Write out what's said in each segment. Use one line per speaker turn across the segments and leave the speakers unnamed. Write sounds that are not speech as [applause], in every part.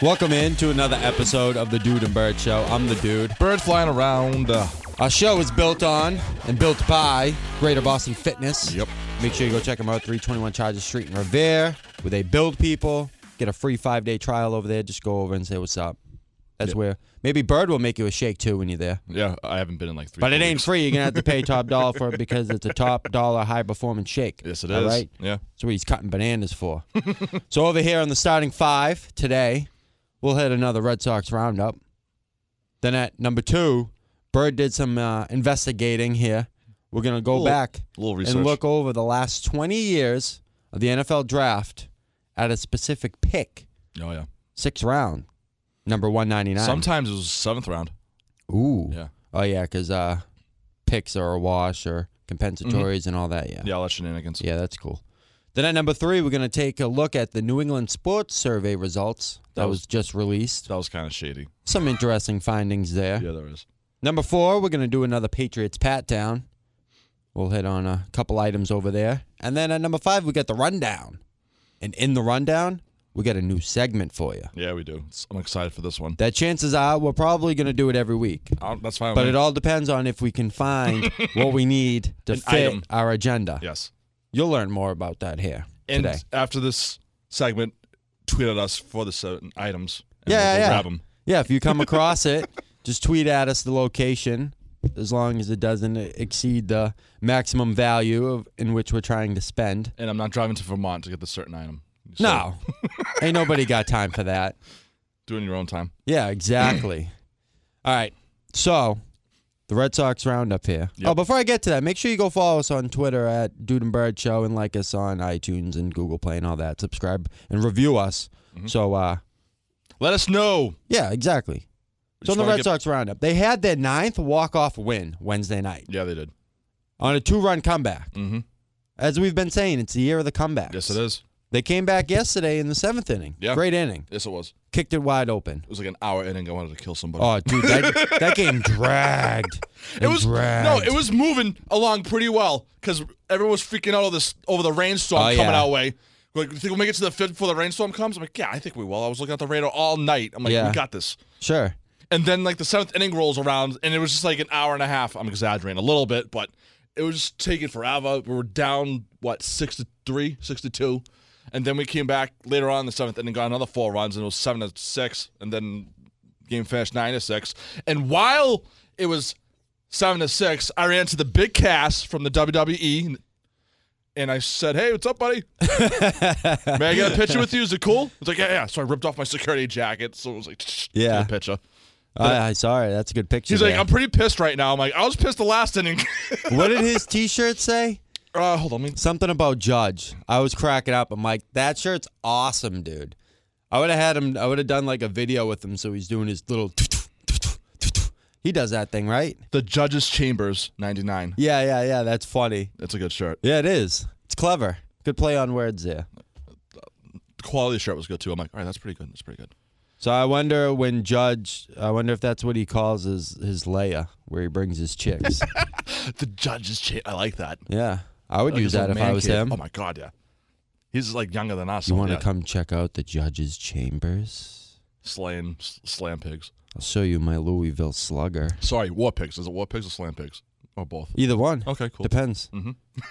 Welcome in to another episode of the Dude and Bird Show. I'm the dude.
Bird flying around. Uh,
Our show is built on and built by Greater Boston Fitness.
Yep.
Make sure you go check them out, 321 Charges Street in Revere, where they build people. Get a free five day trial over there. Just go over and say what's up. That's where maybe Bird will make you a shake too when you're there.
yeah, I haven't been in like three.
But it
four
ain't
weeks.
free. You're gonna have to
[laughs]
pay top dollar for it because it's a top dollar high performance shake.
Yes, it
All
is.
right?
Yeah.
That's what he's cutting bananas for. [laughs] so over here on the starting five today, we'll hit another Red Sox roundup. Then at number two, Bird did some uh, investigating here. We're gonna go
Little-
back
little
and
research.
look over the last 20 years of the NFL draft at a specific pick,
Oh yeah.
sixth round, number 199.
Sometimes it was seventh round.
Ooh.
Yeah.
Oh yeah, because uh, picks are a wash or
Mm-hmm.
compensatories and all that. Yeah.
Yeah, all that shenanigans.
Yeah, that's cool. Then at number three, we're gonna take a look at the New England Sports Survey results that,
That
was,
was-
just released.
That was kind of shady.
Some interesting findings there.
Yeah, there is.
Number four, we're gonna do another Patriots pat down. We'll hit on a couple items over there, and then at number five, we got the rundown. And in the rundown, we got a new segment for you.
Yeah, we do. It's- I'm excited for this one.
That chances are we're probably gonna do it every week.
I don't- that's fine.
But
with
it
me.
all depends on if we can
[laughs]
find what we need to
An
fit
item.
our agenda.
yes.
You'll learn more about that here
And
today.
after this segment, tweet at us for the certain items. And
Yeah,
we'll,
yeah,
we'll
yeah.
grab 'em.
Yeah, if you come across it, just tweet at us the location as long as it doesn't exceed the maximum value of, in which we're trying to spend.
And I'm not driving to Vermont to get the certain item. So,
No. Ain't nobody got time for that.
doing your own time.
Yeah,
[clears throat]
exactly. All right. So, the Red Sox roundup here.
Yep.
Oh, before I get to that, make sure you go follow us on Twitter at Dude and Bird Show and like us on iTunes and Google Play and all that. Subscribe and review us.
Mm-hmm.
So, uh,
Let us know.
yeah, exactly. So,
We just
on the
wanna
Red
get-
Sox roundup, they had their ninth walk off win Wednesday night
Yeah, they did.
on a two run comeback.
Mhm.
As we've been saying, it's the year of the comeback.
Yes, it is.
They came back yesterday in the seventh inning.
Yeah.
Great inning.
Yes, it was.
Kicked it wide open.
It was like an hour inning. I wanted to kill somebody.
Oh, dude,
[laughs]
that, that game dragged.
It was
dragged.
no, it was moving along pretty well because everyone was freaking out over this over the rainstorm
Oh,
coming
yeah.
our way. Like, think we'll make it to the fifth before the rainstorm comes? I'm like, yeah, I think we will. I was looking at the radar all night. I'm like,
Yeah.
we got this.
Sure.
And then like the seventh inning rolls around, and it was just like an hour and a half. I'm exaggerating a little bit, but it was just taking forever. We were down what six to three, six to two, and then we came back later on in the seventh inning, got another four runs, and it was seven to six, and then game finished nine to six. And while it was seven to six, I ran to the big cast from the WWE. And I said, "Hey, what's up, buddy? May I get a picture with you? Is it cool?" It's like, "Yeah, yeah." So I ripped off my security jacket, so it was like, [laughs]
Yeah.
"Get a picture."
I, I saw it. That's a good picture.
He's like,
there.
I'm pretty pissed right now. I'm like, I was pissed the last inning. [laughs]
what did his T-shirt say?
uh, hold on, let me.
Something about Judge. I was cracking up. I'm like, that shirt's awesome, dude. I would have had him. I would have done like a video with him. So he's doing his
[laughs]
little. He does that thing, right?
The Judges Chambers 99.
Yeah, yeah, yeah. That's funny.
That's a good shirt.
Yeah, it is. It's clever. Good play on words there.
The quality of the shirt was good too. I'm like, all right, that's pretty good. That's pretty good.
So I wonder when Judge, I wonder if that's what he calls his his Leia, where he brings his
[laughs]
chicks.
The Judges Chambers. I like that.
yeah, I would
Like
use
his
that
little
if I
man
was
cave.
him.
Oh my god, yeah. He's like younger than us.
you
so
want to
yeah.
come check out the Judge's chambers?
slaying s- slam pigs?
I'll show you my Louisville Slugger.
Sorry, war pigs. Is it war pigs or slam pigs or both?
Either one.
Okay, cool.
Depends.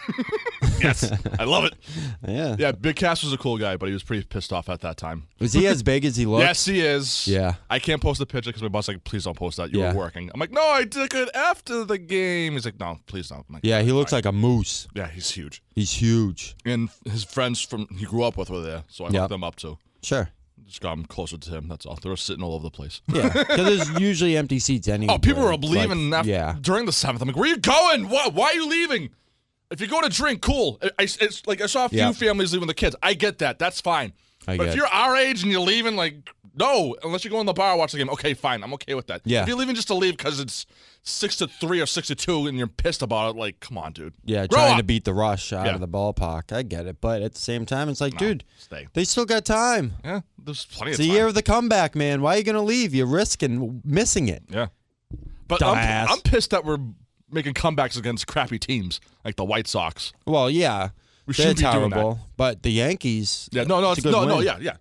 [laughs]
yes, I love it.
Yeah.
Mm-hmm. Yeah, Big Cass was a cool guy, but he was pretty pissed off at that time.
Is he as big as he looks?
Yes, he is.
Yeah.
I can't post the picture because my boss like, please don't post that. You
Yeah.
were working. I'm like, no, I took it after the game. He's like, no, please don't. I'm like,
Yeah, he looks like a moose.
yeah, he's huge.
He's huge.
And his friends from he grew up with were there, so I
Yeah.
hooked them up too.
Sure.
Just got him closer to him. That's all. They were sitting all over the place. [laughs]
Yeah. Because there's usually empty seats anyway.
Oh, people were
It's
leaving
like-
after,
Yeah.
during the seventh. I'm like, where are you going? Why, why are you leaving? If you're going to drink, cool. I, I- it's like I saw a few
Yeah.
families leaving with the kids. I get that. That's fine.
I
but
get
if
it.
you're our age and you're leaving, like, no, unless you go in the bar and watch the game, okay, fine. I'm okay with that.
Yeah.
If you're leaving just to leave because it's six to three or six to two and you're pissed about it, like, come on, dude.
Yeah,
Grow
trying
up.
to beat the rush out
Yeah.
of the ballpark. I get it. But at the same time, it's like, dude,
Stay.
they still got time.
Yeah, there's plenty
It's
of
the
time.
year of the comeback, man. Why are you going to leave? You're risking missing it.
Yeah. But I'm,
Dumbass.
I'm pissed that we're making comebacks against crappy teams like the White Sox.
Well, yeah,
We
they're
shouldn't be doing that.
terrible. But the Yankees.
Yeah, no, no,
it's
it's
a good
no, no,
win.
yeah, yeah.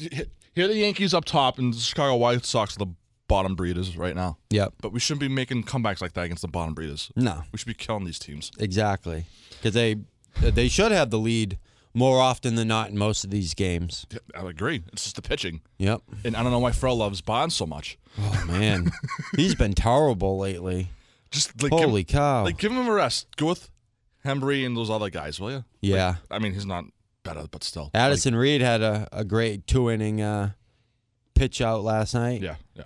H- Here are the Yankees up top, and the Chicago White Sox are the bottom breeders right now.
Yep.
But we shouldn't be making comebacks like that against the bottom breeders.
No,
We should be killing these teams.
exactly. Because they they should have the lead more often than not in most of these games.
Yeah, I agree. It's just the pitching,
Yep.
and I don't know why Frel loves Bonds so much.
Oh
[laughs]
man, he's been terrible lately.
Just like
Holy
give,
cow!
like give him a rest. Go with Hembry and those other guys, will you?
yeah,
I mean, he's not better, but still.
Addison Reed had a, a great two inning uh, pitch out last night.
Like, yeah, yeah.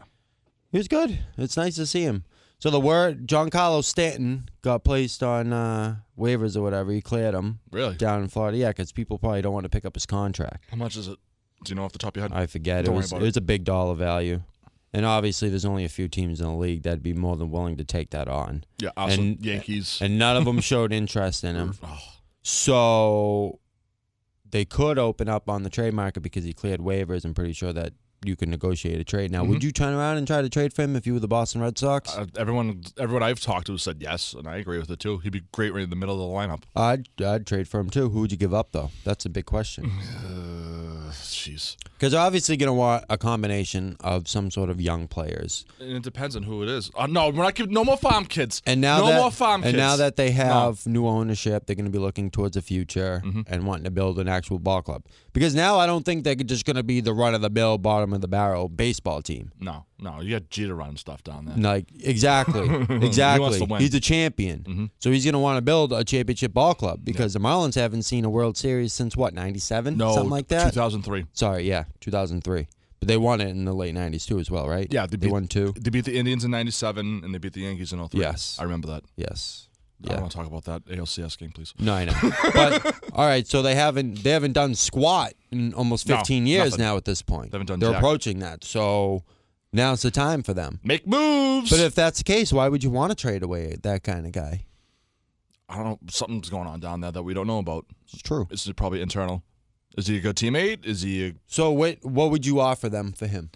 He was good. It's nice to see him. So the word John Carlos Stanton got placed on uh, waivers or whatever. He cleared him
Really?
down in Florida. Yeah, because people probably don't want to pick up his contract.
How much is it? Do you know off the top of your head?
I forget.
Don't
it
worry
was
about
it
it.
was a big dollar value, and obviously there's only a few teams in the league that'd be more than willing to take that on,
yeah, also
and-
Yankees.
and none of
[laughs]
them showed interest in him.
Oh,
So they could open up on the trade market because he cleared waivers. I'm pretty sure that you can negotiate a trade. Now,
Mm-hmm.
would you turn around and try to trade for him if you were the Boston Red Sox?
uh, everyone, everyone I've talked to has said yes, and I agree with it too. He'd be great right in the middle of the lineup.
I'd, I'd trade for him too. Who would you give up though? That's a big
[laughs]
question.
Uh, Jeez,
Because they're obviously going to want a combination of some sort of young players.
and it depends on who it is. Uh, no, we're not giving no more farm kids.
And now
no
that
more farm
and
kids.
now that they have new ownership, they're going to be looking towards the future
Mm-hmm.
and wanting to build an actual ball club. Because now I don't think they're just going to be the run of the mill, bottom of the barrel baseball team.
no, no, you got Jeter running stuff down there.
Like
[laughs]
exactly, exactly.
to win. Mm-hmm.
he's a champion, so he's going to want to build a championship ball club because the Marlins haven't seen a World Series since what '97,
No,
something like that.
2003.
Sorry, yeah, 2003. But they won it in the late '90s too, as well, right?
Yeah,
they,
they beat-
won
[laughs]
two.
They beat the Indians in '97, and they beat the Yankees in 03.
Yes.
I remember that.
Yes.
I don't
Yeah.
want to talk about that ALCS game, please.
No, I know. but [laughs] all right, so they haven't they haven't done squat in almost
No,
15 years
nothing.
now. At this point,
They haven't done
They're
jack.
approaching that, so now's the time for them.
Make moves.
But if that's the case, why would you want to trade away that kind of guy?
I don't know, something's going on down there that we don't know about.
It's true.
It's probably internal. Is he a good teammate? Is he a
So what what would you offer them for him?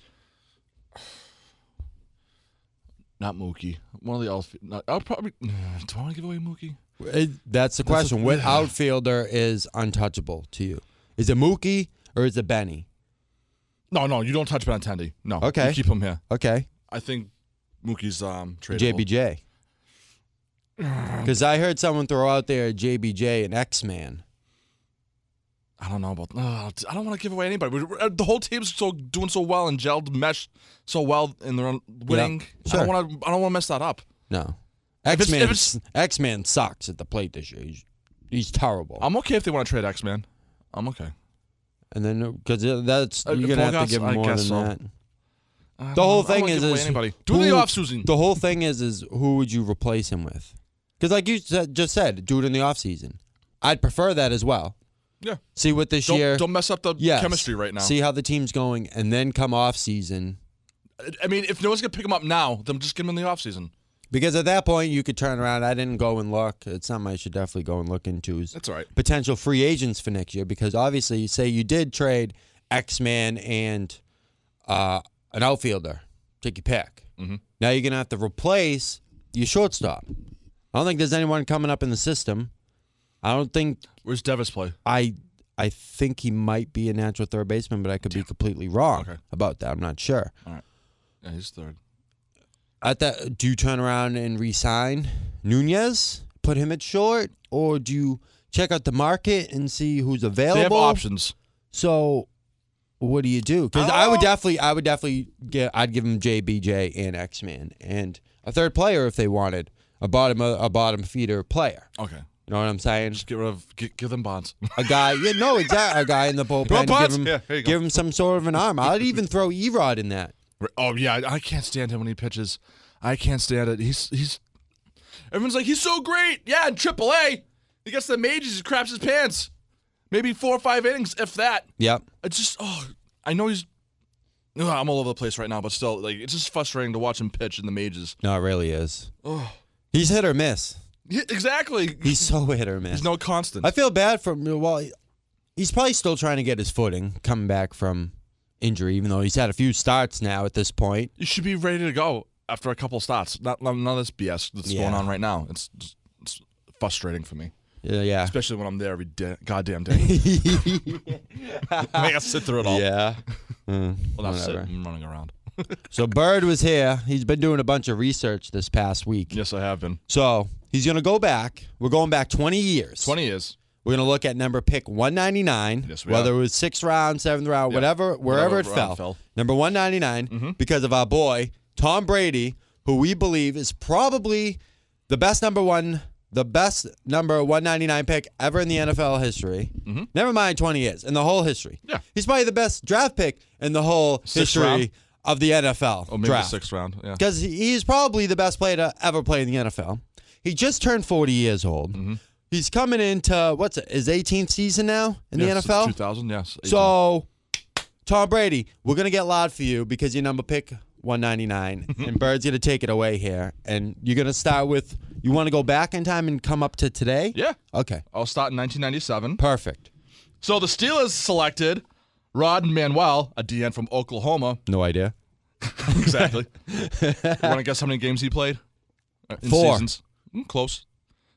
Not Mookie. One of the outfield. Not, I'll probably. Do I want to give away Mookie?
It, that's the question. what outfielder is untouchable to you? Is it Mookie or is it Benny?
No, no. You don't touch Benintendi. No.
Okay.
You keep him here.
Okay,
I think Mookie's um tradable.
JBJ. Because I heard someone throw out there JBJ and X Man.
I don't know about. Uh, I don't want to give away anybody. We're- we're- the whole team's so doing so well and gelled, meshed so well, and they're winning. I
Sure.
don't want to. I don't want to mess that up.
No,
it's-
X
if
Man.
it's-
X Man sucks at the plate this year. He's, he's terrible.
I'm okay if they want to trade X Man. I'm okay.
and then because that's
Uh,
you're gonna have
Bogarts,
to give
I
him more than
guess so.
that. The whole
I don't- I don't
thing
wanna
is,
give away
is
anybody. Do the
who-
off season.
The whole thing is, is who would you replace him with? Because like you said, just said, do it in the off season. I'd prefer that as well.
Yeah.
See what this
Don't,
year.
don't mess up the
yes.
chemistry right now.
See how the team's going, and then come off season.
I mean, if no one's gonna pick him up now, then just give him in the off season.
Because at that point, you could turn around. I didn't go and look. It's something I should definitely go and look into. Is
That's all right.
potential free agents for next year. Because obviously, say you did trade X Man and uh, an outfielder, take your pick. Now you're gonna have to replace your shortstop. I don't think there's anyone coming up in the system. I don't think
Where's Devis play?
I. I think he might be a natural third baseman, but I could be completely wrong
Okay.
about that. I'm not sure.
Yeah, he's third.
At that, do you turn around and resign Nunez, put him at short, or do you check out the market and see who's available?
They have options.
So, what do you do? Because I would
Oh.
definitely, I would definitely get. I'd give them JBJ and X Man and a third player if they wanted a bottom a bottom feeder player.
Okay,
You know what I'm saying?
just get rid of get, give them bonds. [laughs]
A guy, yeah, no, exactly. A guy in the bullpen, give
Bonds?
him,
Yeah, here you go.
give him some sort of an arm. I'd even throw Erod in that.
oh yeah, I, I can't stand him when he pitches. I can't stand it. He's he's. Everyone's like he's so great. Yeah, in AAA, he gets the majors. He craps his pants. Maybe four or five innings, if that.
Yep.
It's just oh, I know he's. Ugh, I'm all over the place right now, but still, like it's just frustrating to watch him pitch in the majors.
No, it really is.
Oh,
He's hit or miss.
yeah, exactly.
He's so hit or miss.
He's no constant.
I feel bad for him. Well, he's probably still trying to get his footing, coming back from injury, even though he's had a few starts now at this point.
you should be ready to go after a couple starts. Not not- none of this BS that's
Yeah.
going on right now. It's just, it's frustrating for me,
Yeah, Uh, yeah. [laughs]
[laughs] especially when I'm there every da- goddamn day. I gotta sit through it all.
yeah. Mm,
Well, that's it.
whatever.
I'm running around. [laughs]
So Bird was here. He's been doing a bunch of research this past week.
Yes, I have been.
So he's gonna go back. We're going back 20 years.
20 years.
We're gonna look at number pick 199.
Yes, we
whether
are.
it was sixth round, seventh round,
Yep.
whatever, wherever
Whatever
it
round
fell.
fell. Mm-hmm.
Number 199 because of our boy Tom Brady, who we believe is probably the best number one, the best number 199 pick ever in the NFL history. Never mind 20 years in the whole history.
Mm-hmm. Yeah.
he's probably the best draft pick in the whole
Sixth
history
round?
of the NFL
Oh, maybe
draft
the sixth round. Yeah.
because he's probably the best player to ever play in the NFL. He just turned 40 years old.
Mm-hmm.
He's coming into what's it, his 18th season now in
Yes,
the
it's
NFL.
2000, yes. 18.
So, Tom Brady, we're gonna get loud for you because your number pick 199,
Mm-hmm.
and Bird's gonna take it away here, and you're gonna start with. You want to go back in time and come up to today?
yeah.
Okay.
I'll start in 1997.
Perfect.
So the Steelers selected Rod Manuel, a DN from Oklahoma. [laughs]
No idea. [laughs]
Exactly. Want to guess how many games he played? Uh, in
Four.
Seasons? Mm, close.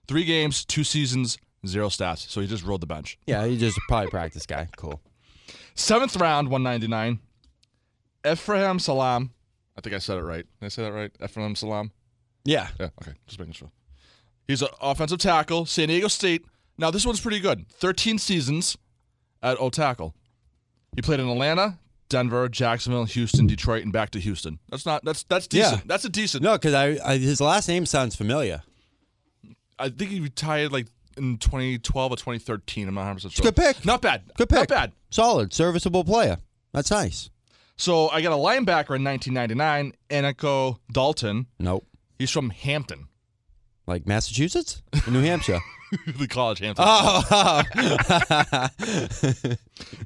Three games, two seasons, zero stats. So he just rolled the bench.
Yeah, you just probably practice guy. Cool.
Seventh round, 199. Ephraim Salam. I think I said it right. Did I say that right? Ephraim Salam.
Yeah.
Yeah, okay. Just making sure. He's an offensive tackle, San Diego State. Now, this one's pretty good. 13 seasons at O tackle. He played in Atlanta, Denver, Jacksonville, Houston, Detroit, and back to Houston. That's not, that's, that's decent.
Yeah.
That's a decent.
No, because I, I his last name sounds familiar.
I think he retired like in 2012 or 2013. I'm not 100% sure.
good pick.
Not bad.
Good pick.
Not bad.
Solid, serviceable player. That's nice.
So I got a linebacker in 1999, Aniko Dalton.
Nope.
He's from Hampton, [laughs]
Like Massachusetts? Or New Hampshire?
the college Hampton.
oh. [laughs]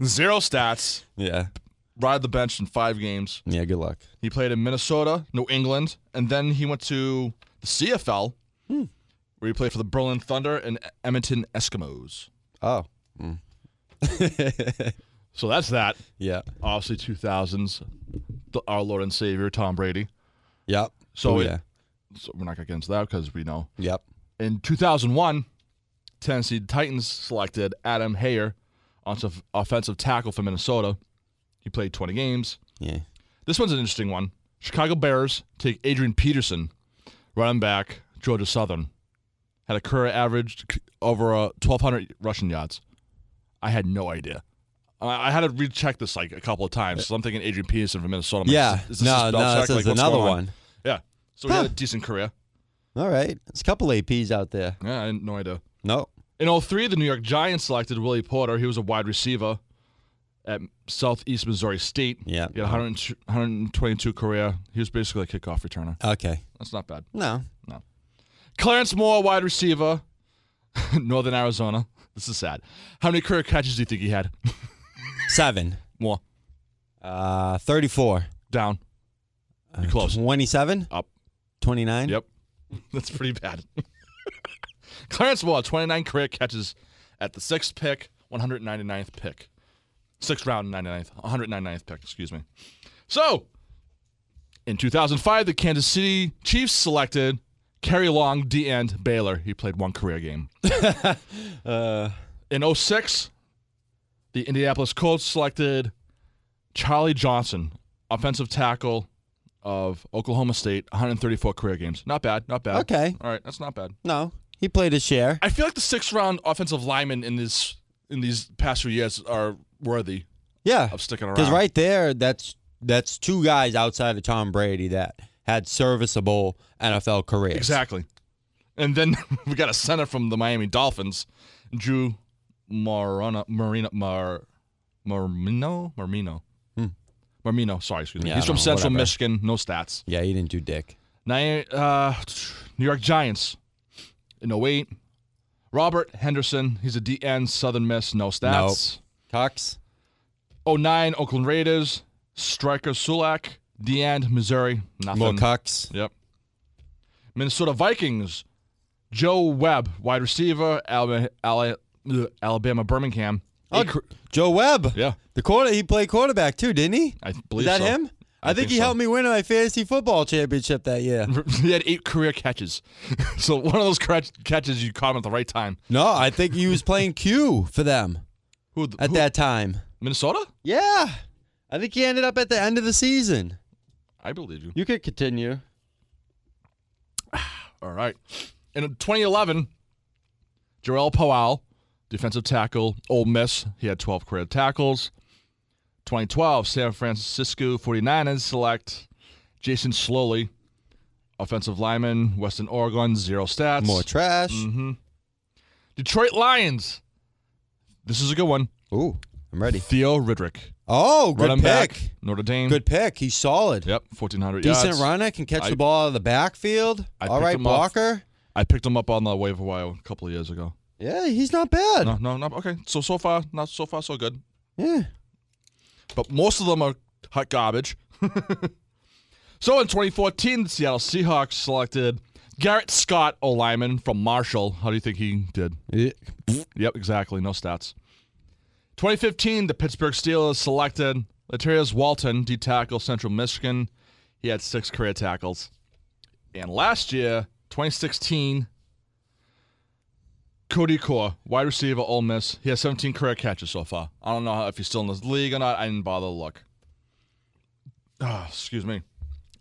Zero stats.
yeah.
Ride the bench in five games.
Yeah, good luck.
He played in Minnesota, New England, and then he went to the CFL,
Hmm.
where he played for the Berlin Thunder and Edmonton Eskimos.
Oh.
So that's that.
Yeah.
Obviously, 2000s, the- our Lord and Savior, Tom Brady.
Yep.
So
Oh,
it-
yeah.
So we're not going to get into that because we know.
Yep.
In 2001, Tennessee Titans selected Adam Hayer, onto- offensive tackle for Minnesota. He played 20 games.
Yeah.
This one's an interesting one. Chicago Bears take Adrian Peterson, running back, Georgia Southern. Had a career average c- over uh, 1,200 rushing yards. I had no idea. I I had to recheck this like a couple of times. So I'm thinking Adrian Peterson from Minnesota. I'm like,
Yeah.
is this
No,
just
no,
Belichick?
this
Like,
is
what's
another
going on?
one.
Yeah. So he had a
Huh.
decent career.
All right. There's a couple APs out there.
Yeah, I had no idea.
No.
In 03, the New York Giants selected Willie Porter. He was a wide receiver at Southeast Missouri State.
Yeah.
He had 100 122 career. He was basically a kickoff returner.
Okay.
That's not bad.
No.
Clarence Moore, wide receiver, [laughs] Northern Arizona. This is sad. How many career catches do you think he had? [laughs]
Seven.
Moore,
Uh, 34.
down.
Uh,
close.
27?
Up.
29?
Yep. [laughs] That's pretty bad. [laughs] Clarence Moore, 29 career catches at the sixth pick, 199th pick. Sixth round, 99th, 199th pick, excuse me. So, in 2005, the Kansas City Chiefs selected Kerry Long, D end, Baylor. He played one
[laughs]
career game.
Uh,
in 06, the Indianapolis Colts selected Charlie Johnson, offensive tackle of Oklahoma State, 134 career games. Not bad, not bad.
Okay.
All right, that's not bad.
No. He played his share.
I feel like the sixth round offensive linemen in this in these past few years are worthy
Yeah.
of sticking around.
Because right there, that's that's two guys outside of Tom Brady that had serviceable NFL careers.
Exactly. And then [laughs] we got a center from the Miami Dolphins, Drew Marana, Marina Mar Marmino Marmino. Marmino, sorry, excuse
Hmm.
me.
Yeah, I
He's from
don't know,
Central
whatever.
Michigan, no stats.
Yeah, he didn't do dick.
Ni- uh, New York Giants in 08. Robert Henderson, he's a DN, Southern Miss, no stats.
Cox.
09 Oakland Raiders, striker Sulak, DeAnd, Missouri,
More
nothing.
Cox.
Yep. Minnesota Vikings, Joe Webb, wide receiver, Alabama, Alabama Birmingham.
Oh,
Eight cr-
Joe Webb.
yeah,
The quarter he played quarterback too, didn't he?
I
Is
believe
that
so.
him? I, think,
think
he
so.
helped me win my fantasy football championship that
[laughs]
year.
[laughs] he had eight career catches. [laughs] so one of those catch- catches you caught him at the right time.
No, I think he was playing Q for them
Who, th-
at
who-
that time.
Minnesota?
Yeah. I think he ended up at the end of the season.
I believe you.
You could continue.
All right. In 2011, Jarrell Powell, defensive tackle, Ole Miss, he had 12 career tackles. 2012, San Francisco 49ers select Jason Slowly, offensive lineman, Western Oregon, zero stats.
More trash.
Mm-hmm. Detroit Lions. This is a good one.
Ooh, I'm ready.
Theo Ridrick.
Oh, good
Running
pick.
back, Notre Dame.
Good pick. He's solid.
Yep, 1,400
Decent
yards.
runner. Can catch
I-
the ball out of the backfield.
I
All
picked
right,
him up.
blocker.
I picked him up on the waiver wire a couple of years ago.
Yeah, he's not bad.
No, no, no. Okay, so so far, not so far, so good.
Yeah.
But most of them are hot garbage. [laughs] so in 2014, the Seattle Seahawks selected Garrett Scott, O lineman from Marshall. How do you think he did? Yep, exactly. No stats. 2015, the Pittsburgh Steelers selected Laterius Walton, D tackle, Central Michigan. He had six career tackles. And last year, 2016, Cody Core, wide receiver, Ole Miss. He has 17 career catches so far. I don't know how- if he's still in this league or not. I didn't bother to look. Ah, excuse me.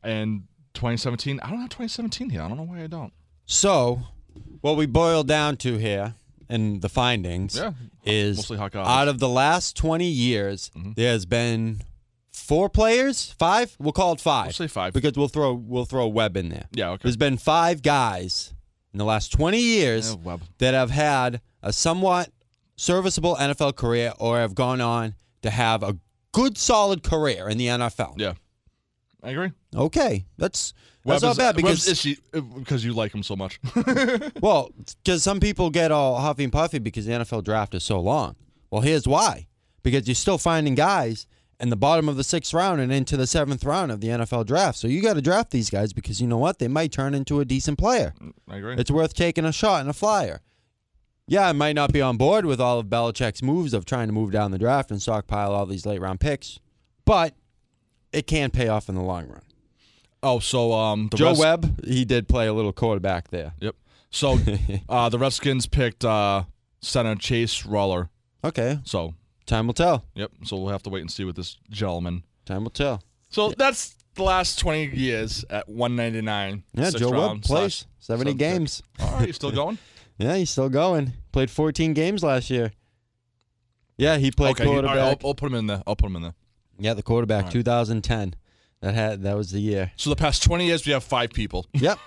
And 2017, I don't have 2017 here. I don't know why I don't.
So, what we boiled down to here in the findings
Yeah,
is
mostly hot Mm-hmm. garbage.
out of the last 20 years, there's been four players, five. We'll call it 5
I'll say five.
because we'll throw we'll throw Webb in there.
Yeah, okay.
There's been five guys in the last 20 years
Yeah, Webb.
that have had a somewhat serviceable NFL career or have gone on to have a good solid career in the NFL.
Yeah. I agree.
Okay, that's that's
Webb's
not bad
Webb's
because
itchy, uh, because you like him so [laughs] much.
Well, because some people get all huffy and puffy because the NFL draft is so long. Well, here's why: because you're still finding guys in the bottom of the sixth round and into the seventh round of the NFL draft. So you got to draft these guys because you know what? They might turn into a decent player.
I agree.
It's worth taking a shot and a flyer. Yeah, I might not be on board with all of Belichick's moves of trying to move down the draft and stockpile all these late round picks, but it can pay off in the long run.
oh, so um, the
Joe
Reds-
Webb, he did play a little quarterback there. [laughs]
Yep. So [laughs] uh, the Redskins picked uh, center Chase Roller.
Okay,
So
time will tell.
yep. So we'll have to wait and see with this gentleman.
Time will tell.
So that's the last twenty years at one ninety nine.
Yeah, Joe Webb plays 70
seventh pick.
games.
All right, you
[laughs]
still going?
Yeah, he's still going. Played 14 games last year. Yeah, he played
okay, you- all right,
quarterback.
I'll, I'll put him in there. I'll put him in there.
yeah, the quarterback,
right.
2010. That had that was the year.
So the past twenty years, we have five people. [laughs]
[laughs] Yep,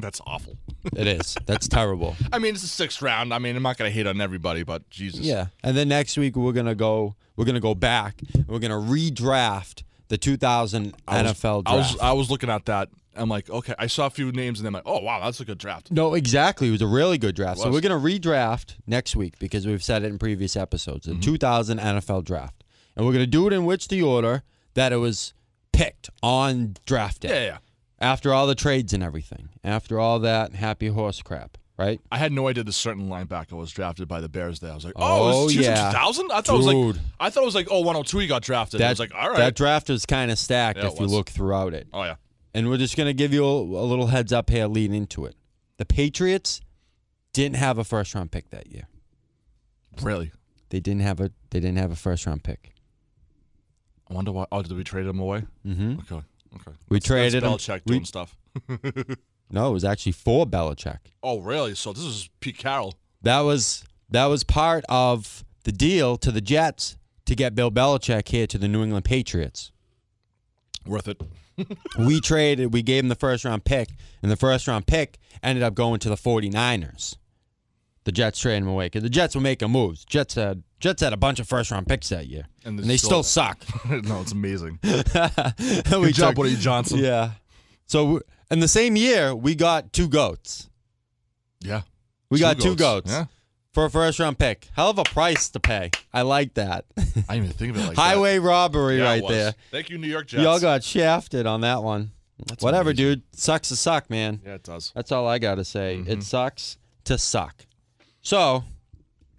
that's awful.
it is. That's terrible.
I mean, it's the sixth round. I mean, I'm not gonna hate on everybody, but Jesus.
Yeah, and then next week we're gonna go. We're gonna go back. and We're gonna redraft the 2000
I was-
NFL
I
draft.
was I was looking at that. I'm like, okay, I saw a few names, and then I'm like, oh wow, that's a good draft.
no, exactly. It was a really good draft. So
was.
we're gonna redraft next week because we've said it in previous episodes. The 2000 NFL draft, and we're gonna do it in which the order that it was picked on draft day.
Yeah, yeah. yeah.
after all the trades and everything, after all that happy horse crap, right?
I had no idea this certain linebacker was drafted by the Bears. There, I was like,
Oh,
oh, it was
yeah.
2000. I thought it was
Dude.
like, I thought it was like, oh, 102. He got drafted. I was like, all right.
that draft was kind of stacked
Yeah, it
if you
was.
look throughout it.
oh yeah.
And we're just going to give you a, a little heads up here leading into it. The Patriots didn't have a first round pick that year.
Really?
They didn't have a they didn't have a first round pick.
I wonder why. Oh, did we trade him away? Mm-hmm. Okay. Okay.
We traded
That's
him.
Belichick
we-
doing stuff.
no, it was actually for Belichick.
Oh, really? So this is Pete Carroll.
That was that was part of the deal to the Jets to get Bill Belichick here to the New England Patriots.
Worth it.
we traded, we gave him the first round pick, and the first round pick ended up going to the 49ers. The Jets traded him away because the Jets were making moves. Jets had Jets had a bunch of first round picks that year,
And
and,
they
they
still-
still, suck. [laughs]
[laughs] no, it's amazing.
And we
Good job,
took-
Woody Johnson. Yeah.
Yeah. So we- in the same year, we got two goats. We got two goats
Yeah.
for a first round pick. Hell of a price to pay. I like that. [laughs]
I didn't even think of it like that.
Highway robbery
Yeah, it
right
was.
there.
Thank you, New York Jets.
Y'all got shafted on that one. Whatever, dude. Sucks to suck, man.
yeah, it does.
That's all I got to say.
Mm-hmm.
It sucks to suck. So,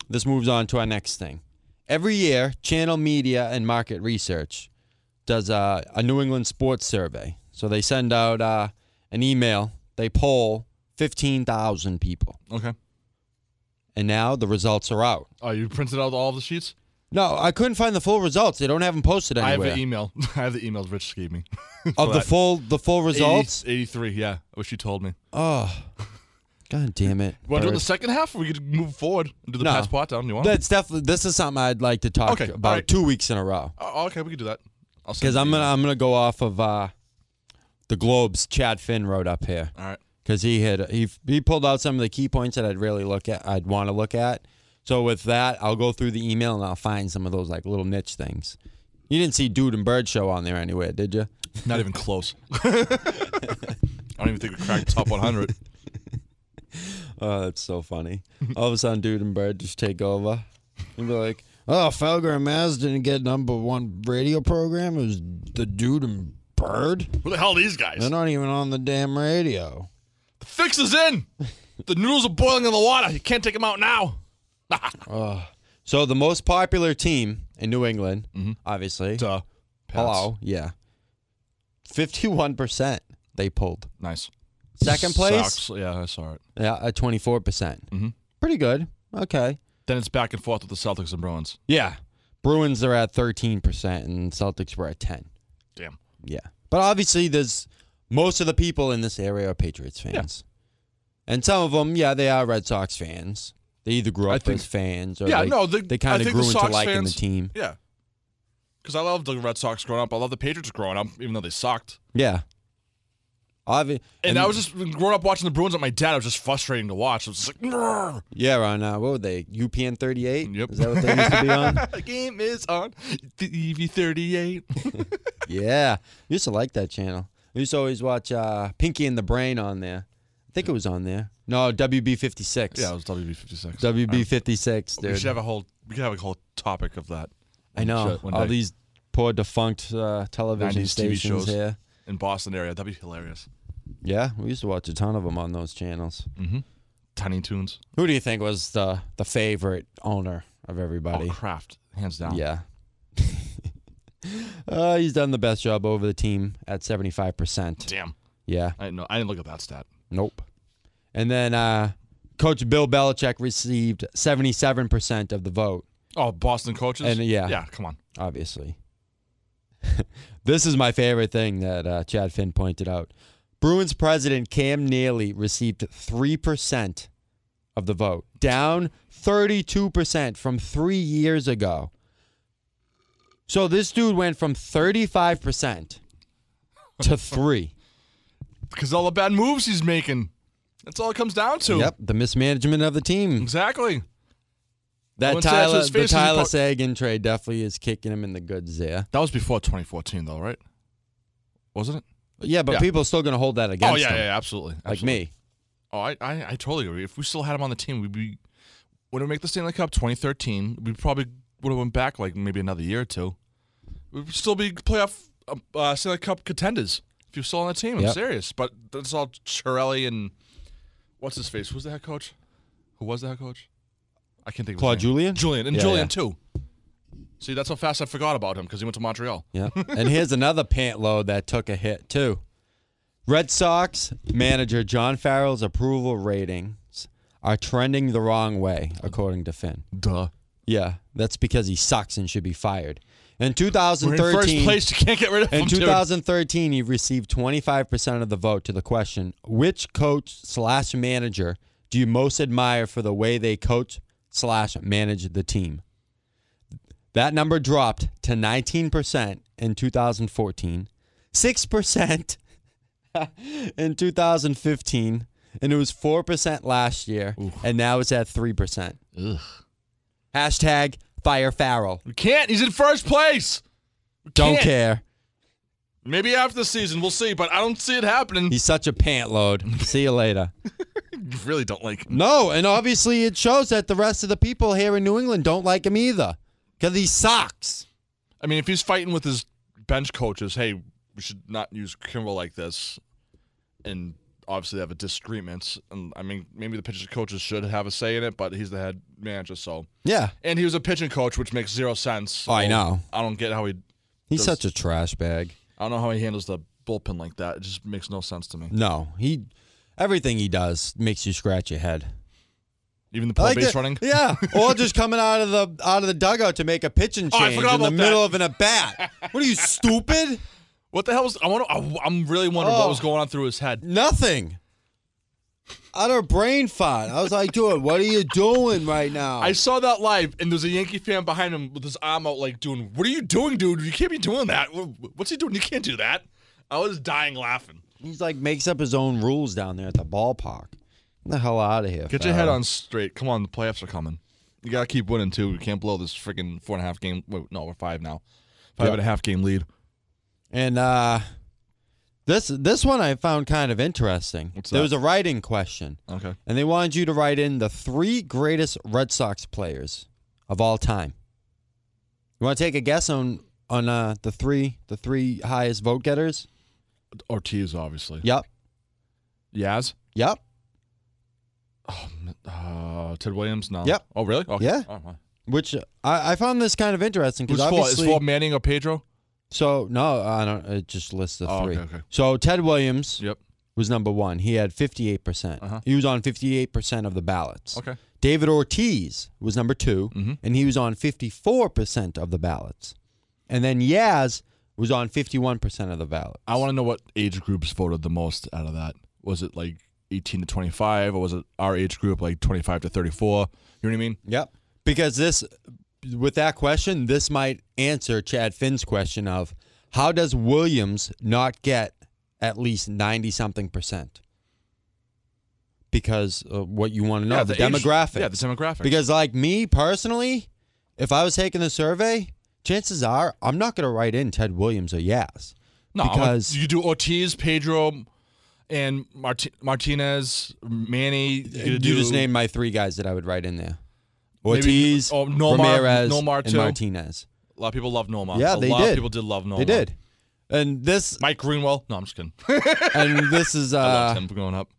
this moves on to our next thing. Every year, Channel Media and Market Research does uh, a New England sports survey. So, they send out uh, an email, they poll 15,000 people.
Okay.
Uh, And now the results are out.
Oh, you printed out all the sheets?
No, I couldn't find the full results. They don't have them posted
I have
anywhere.
the email. [laughs] I have the emails Rich gave me.
of the
that.
full the full [laughs] results.
80 83, yeah. What she told me.
Oh, god damn it!
Want to do it in
Bird.
the second half or we could move forward and do the
No.
pass pot down? You want?
That's definitely this is something I'd like to talk
Okay,
about
alright.
two weeks in a row
oh, okay, we could do that. I'll send
because
you
I'm
the
gonna I'm gonna go off of uh, the Globes. Chad Finn wrote up here
email. All right.
because he had he he pulled out some of the key points that I'd really look at. I'd want to look at. So with that, I'll go through the email and I'll find some of those like little niche things. You didn't see Dude and Bird Show on there anywhere, did you?
Not even close. [laughs] I don't even think we cracked top 100.
[laughs] Oh, that's so funny. [laughs] All of a sudden, Dude and Bird just take over. And be like, oh, Felger and Maz didn't get number one radio program. It was the Dude and Bird.
Who the hell are these guys?
They're not even on the damn radio.
The fix is in. The noodles are boiling in the water. You can't take them out now. [laughs]
So the most popular team in New England, obviously.
Mm-hmm. Duh. Pass.
Hello, yeah. 51% they pulled.
Nice.
Second place,
Sucks. Mm-hmm. Yeah, I saw it.
yeah, at 24%. percent Pretty good. Okay.
Then it's back and forth with the Celtics and Bruins.
Yeah. Bruins are at 13% and Celtics were at 10.
Damn.
Yeah. But obviously, there's most of the people in this area are Patriots fans. And some of them, yeah, they are Red Sox fans. They either grew
I
up
think-
as fans or
yeah,
they,
no, the-
they
I
kind
think
of
the
grew into
Sox
liking
fans-
the team.
Yeah. Because I loved the Red Sox growing up. I love the Patriots growing up, even though they sucked.
Yeah. Obvi-
And, I was just growing up watching the Bruins with my dad. It was just frustrating to watch. It was just like, "Grr."
yeah, on uh, what were they? UPN 38?
Yep.
Is that what they used to be
[laughs]
on?
the game is on TV 38.
yeah. I used to like that channel. I used to always watch uh, Pinky and the Brain on there. I think it was on there. No, WB 56.
yeah, it was WB 56.
WB 56,
We
dude.
should have a whole. We could have a whole topic of that.
I know.
One
All
day.
these poor defunct uh, television
90s TV
stations
shows.
here.
in Boston area. That'd be hilarious.
Yeah, we used to watch a ton of them on those channels.
Tiny Toons.
Who do you think was the the favorite owner of everybody?
Oh, Kraft, hands down.
Yeah. [laughs] uh, he's done the best job over the team at 75%.
Damn.
Yeah.
I didn't know. I didn't look at that stat.
Nope. And then uh, Coach Bill Belichick received 77% of the vote,
Oh, Boston coaches.
And, yeah.
Yeah. Come on.
obviously. [laughs] this is my favorite thing that uh, Chad Finn pointed out. Bruins president Cam Neely received 3% of the vote, down 32% from three years ago. So this dude went from 35%
[laughs]
to 3
Because all the bad moves he's making. That's all it comes down to.
Yep, the mismanagement of the team.
Exactly.
That
wouldn't say that's
Tyler,
his
the
face, he's
Tyler
prob-
Sagan trade definitely is kicking him in the goods there.
That was before 2014, though, right? Wasn't it?
Yeah, but
Yeah.
people are still going to hold that against
oh yeah,
him,
yeah, yeah, absolutely.
like
absolutely.
me.
Oh, I, I, I totally agree. If we still had him on the team, we'd be. When we make the Stanley Cup 2013, we probably would have went back like maybe another year or two. We'd still be playoff uh, uh, Stanley Cup contenders if you're still on the team. I'm
Yep.
serious, but that's all Chirelli and what's his face? Who's the head coach? Who was the head coach? I can't think. of his
Claude
name.
Julien?
Julian and
Yeah,
Julian
yeah.
too. See, that's how fast I forgot about him because he went to Montreal.
Yeah. [laughs] and here's another pant load that took a hit too. Red Sox manager John Farrell's approval ratings are trending the wrong way, according to Finn.
Duh.
Yeah, that's because he sucks and should be fired. In
We're in first
2013,
place. You can't get rid of him.
In
dude.
2013, he received 25% of the vote to the question, which coach slash manager do you most admire for the way they coach slash manage the team? That number dropped to 19% in 2014, 6% [laughs] in 2015, and it was 4% last year, and now it's at 3%.
Ugh.
Hashtag fire Farrell.
We can't. He's in first place.
Don't
Can't.
care.
Maybe after the season, we'll see. But I don't see it happening.
He's such a pant load. See you later.
You really don't like him.
No, and obviously it shows that the rest of the people here in New England don't like him either because he sucks.
I mean, if he's fighting with his bench coaches, hey, we should not use Kimbrel like this, and obviously they have a disagreements. And I mean, maybe the pitchers coaches should have a say in it, but he's the head manager, so.
Yeah,
And he was a pitching coach, which makes zero sense. so
Oh, I know.
I don't get how he.
he's
Does-
such a trash bag.
I don't know how he handles the bullpen like that. It just makes no sense to me.
No, he everything he does makes you scratch your head.
Even the
I
poor
like
base
that-
running.
[laughs] Yeah, or just coming out of the out of the dugout to make a pitching
Oh, I
change
forgot
in the
about that.
middle of an at bat. What are you stupid?
What the hell was? I want. to I'm really wondering
Oh.
what was going on through his head.
Nothing. Utter brain fart. I was like, dude, what are you doing right now?
I saw that live, and there's a Yankee fan behind him with his arm out, like doing, "What are you doing, dude? You can't be doing that. What- What's he doing? You can't do that." I was dying laughing.
He's like makes up his own rules down there at the ballpark. Get the hell out of here.
Get your head on straight. Come on, the playoffs are coming. You gotta keep winning too. We can't blow this freaking four and a half game. Wait, no, we're five now. Five
Yeah.
and a half game lead.
And uh, this this one I found kind of interesting.
What's
there
that?
was a write-in question,
Okay.
and they wanted you to write in the three greatest Red Sox players of all time. You want to take a guess on on uh, the three the three highest vote getters?
Ortiz, obviously.
Yep,
Yaz.
yep.
Uh, Ted Williams. No.
Yep.
Oh, really? Okay.
Yeah.
Oh, wow.
Which I, I found this kind of interesting
Who's
because
for? Is
obviously
for Manning or Pedro?
so no I don't it just lists the
Oh,
three.
okay, okay.
So Ted Williams
Yep.
was number one. He had 58 percent.
Uh-huh.
He was on 58 percent of the ballots.
Okay.
David Ortiz was number 2
Mhm.
and he was on 54 percent of the ballots. And then Yaz was on 51 percent of the ballot.
I want to know what age groups voted the most out of that. Was it like 18 to 25, or was it our age group like 25 to 34? You know what I mean?
Yep. Because this, with that question, this might answer Chad Finn's question of how does Williams not get at least 90 something percent? Because uh, what you want to know, the,
age-
demographic.
yeah, the demographic.
because, like me personally, if I was taking the survey, chances are I'm not going to write in Ted Williams or Yas.
no, I want-
because-
you do Ortiz, Pedro, and Marti- Martinez, Manny. You,
You
could do,
just named my three guys that I would write in there
Maybe-
Ortiz,
oh, Nomar-
Ramirez,
Nomar
and
too.
Martinez.
A lot of people love Nomar.
Yeah,
a
they
lot
did.
of people did love Nomar.
They did. And this
Mike Greenwell. No, I'm just kidding. [laughs]
and this is
I
uh
loved him growing up.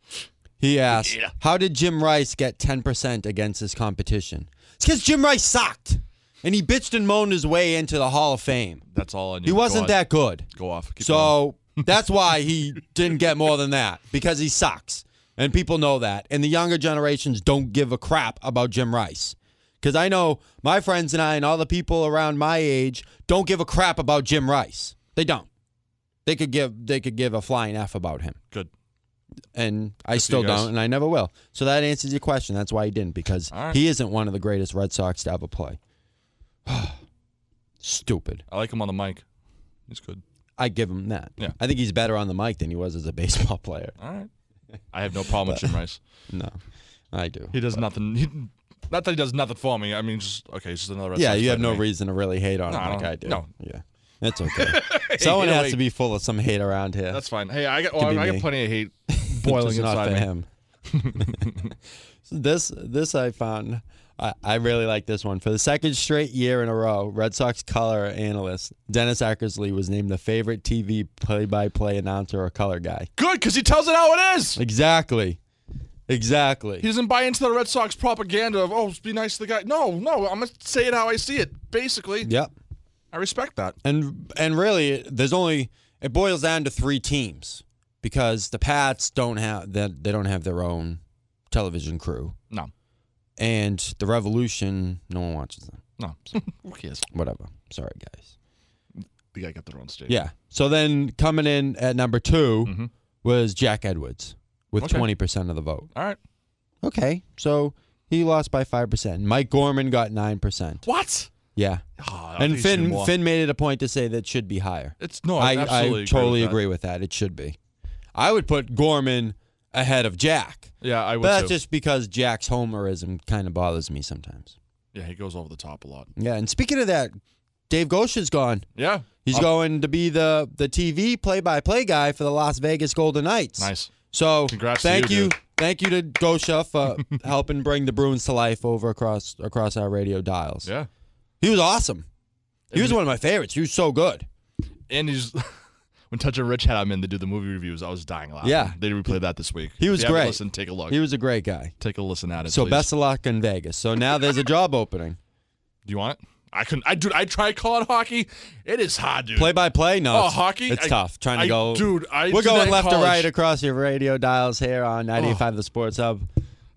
He asked,
Yeah.
"How did Jim Rice get 10% against his competition?" It's because Jim Rice sucked, and he bitched and moaned his way into the Hall of Fame.
That's all I knew.
He
Go
wasn't
on.
that good,
Go off. Keep going. [laughs]
so that's why he didn't get more than that because he sucks, and people know that. And the younger generations don't give a crap about Jim Rice. Because I know my friends and I, and all the people around my age, don't give a crap about Jim Rice. They don't. They could give they could give a flying f about him
good.
and I
Good for
still
you guys.
don't, and I never will. So that answers your question. That's why he didn't, because
All right.
he isn't one of the greatest Red Sox to ever play. [sighs] Stupid.
I like him on the mic. He's good.
I give him that.
Yeah. Uh-huh.
I think he's better on the mic than he was as a [laughs] baseball player.
All right. I have no problem
Uh,
with Jim Rice.
No, I do.
He does nothing. He, not that he does nothing for me. I mean, just okay. He's just another. Red
yeah,
Sox
you have
player
no
to me.
reason to really hate on
No,
him
I
like
don't-
I do.
no.
Yeah, that's
[laughs]
okay. Someone
either
has
way-
to be full of some hate around here.
That's fine. Hey, I got.
Could
Well,
be
I got
me.
plenty of
[laughs]
hate [laughs]
Just
boiling
not
inside
for
me.
him.
[laughs]
So this this I found. I, I really like this one. For the second straight year in a row, Red Sox color analyst Dennis Eckersley was named the favorite TV play-by-play announcer or color guy.
Good, because he tells it how
[laughs]
it is.
Exactly, exactly.
He doesn't buy into the Red Sox propaganda of oh, be nice to the guy. No, no, I'm gonna say it how I see it. Basically,
yep.
I respect that.
And and really, there's only it boils down to three teams because the Pats don't have that they don't have their own television crew,
No,
and the Revolution no one watches them.
no.
[laughs]
Who cares?
Whatever. Sorry, guys.
The guy got the wrong stage.
Yeah. So then coming in at number 2
Mhm.
was Jack Edwards with
Okay.
twenty percent of the vote.
All right.
Okay. So he lost by five percent. Mike Gorman got nine percent.
What?
Yeah.
Ah, I
And
think he's
Finn
more.
Finn made it a point to say that should be higher.
It's no.
I,
Oh, I, absolutely
I totally
with that.
agree with that. It should be. I would put Gorman ahead of Jack.
Yeah, I would.
But that's
too.
just because Jack's homerism kind of bothers me sometimes.
yeah, he goes over the top a lot.
Yeah, and speaking of that, Dave Gosh is gone.
Yeah.
He's
Up-
going to be the the TV play by play guy for the Las Vegas Golden Knights.
Nice.
So
Congrats to
thank
you,
you,
dude.
thank you to Gosha
[laughs]
for helping bring the Bruins to life over across across our radio dials.
Yeah.
He was awesome. He was one of my favorites. He was so good.
And he's [laughs] when Touch and Rich had him in to do the movie reviews, I was dying laughing.
Yeah.
They replayed that this week.
He was
If you haven't
great.
listened, take a look.
He was a great guy.
take a listen at it.
So
please.
best of luck in Vegas. So now there's a job opening.
Do you want? It? I couldn't. I dude. I tried calling hockey. It is hard, dude.
Play by play, no.
Oh,
it's-
hockey?
It's
I-
tough. Trying to
I-
go,
dude, I
we're
did that
going
in
left to
college.
right across your radio dials here on 95 The Sports Hub.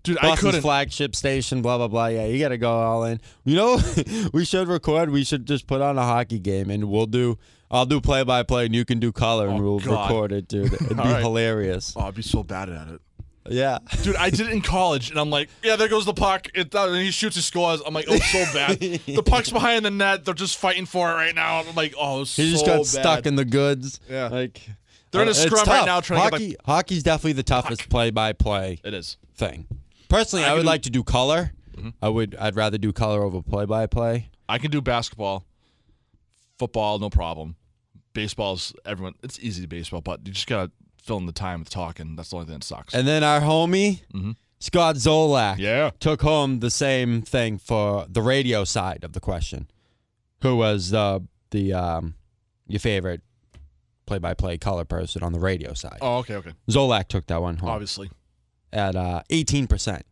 Dude, I
Boston's
couldn't.
flagship station, blah blah blah. Yeah, you got to go all in. You know, [laughs] we should record. We should just put on a hockey game, and we'll do. I'll do play by play, and you can do color, and
Oh,
we'll
God.
record it,
[laughs]
dude. It'd be
All right.
hilarious.
Oh, I'd be so bad at it.
Yeah, [laughs]
Dude, I did it in college, and I'm like, yeah, there goes the puck. It, uh, and he shoots, he scores. I'm like, oh, so
[laughs]
bad. the puck's behind the net. They're just fighting for it right now. I'm like, oh, so
he just got
bad.
stuck in the goods.
Yeah.
like uh,
They're in a
it's
scrum right
tough.
now trying to get
hockey, hockey's definitely the toughest play by play
It is.
thing. Personally, I,
can Mm-hmm.
would
do-
like to do color. I would. I'd rather do color over play by play.
I can do basketball, football, no problem. Baseball's everyone. It's easy to baseball, but you just gotta fill in the time with talking. That's the only thing that sucks.
And then our homie Scott Zolak.
Mm-hmm. yeah,
took home the same thing for the radio side of the question. Who was the the um, your favorite play-by-play color person on the radio side?
Oh, okay, okay.
Zolak took that one home
Obviously. Oh,
at uh, eighteen percent.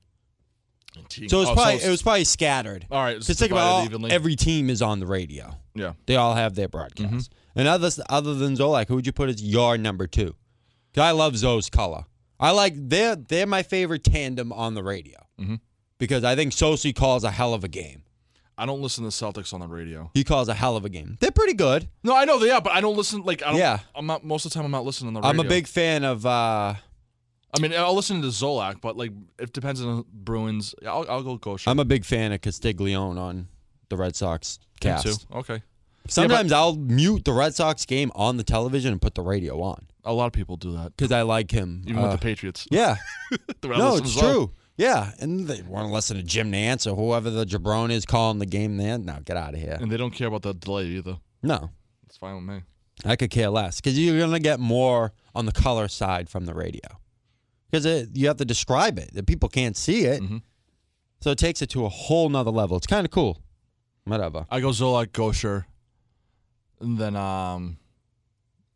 Team-
So it was
oh,
probably
it's-
it was probably scattered.
all right. it's
Because think
Oh, divided
about all-
evenly.
every team is on the radio.
yeah.
They all have their broadcast.
Mm-hmm.
And other other than Zolak, who would you put as your number two? 'Cause I love Zoe's color. I like they're they're my favorite tandem on the radio
Mhm.
because I think Sosi calls a hell of a game.
I don't listen to Celtics on the radio.
He calls a hell of a game. They're pretty good.
No, I know they are, but I don't listen. Like, I don't,
Yeah.
I'm not most of the time. I'm not listening on the
I'm
radio.
a big fan of. uh
I mean, I'll listen to Zolak, but like, it depends on the Bruins. I'll, I'll go go.
I'm a big fan of Castiglione on the Red Sox cast.
too. Okay.
Sometimes I'll mute the Red Sox game on the television and put the radio on
A lot of people do that,
because I like him.
even
Uh,
with the Patriots. [laughs]
yeah,
The
no,
Rattlers
it's
as well.
true. Yeah, and they want to listen to Jim Nance or whoever the jabron is calling the game. Then now get out of here.
And they don't care about the delay either.
No,
It's fine with me.
I could care less because you're gonna get more on the color side from the radio because you have to describe it. The people can't see it,
Mhm.
so it takes it to a whole nother level. It's kind of cool. Whatever.
I go Zolak, Gosher, and then um,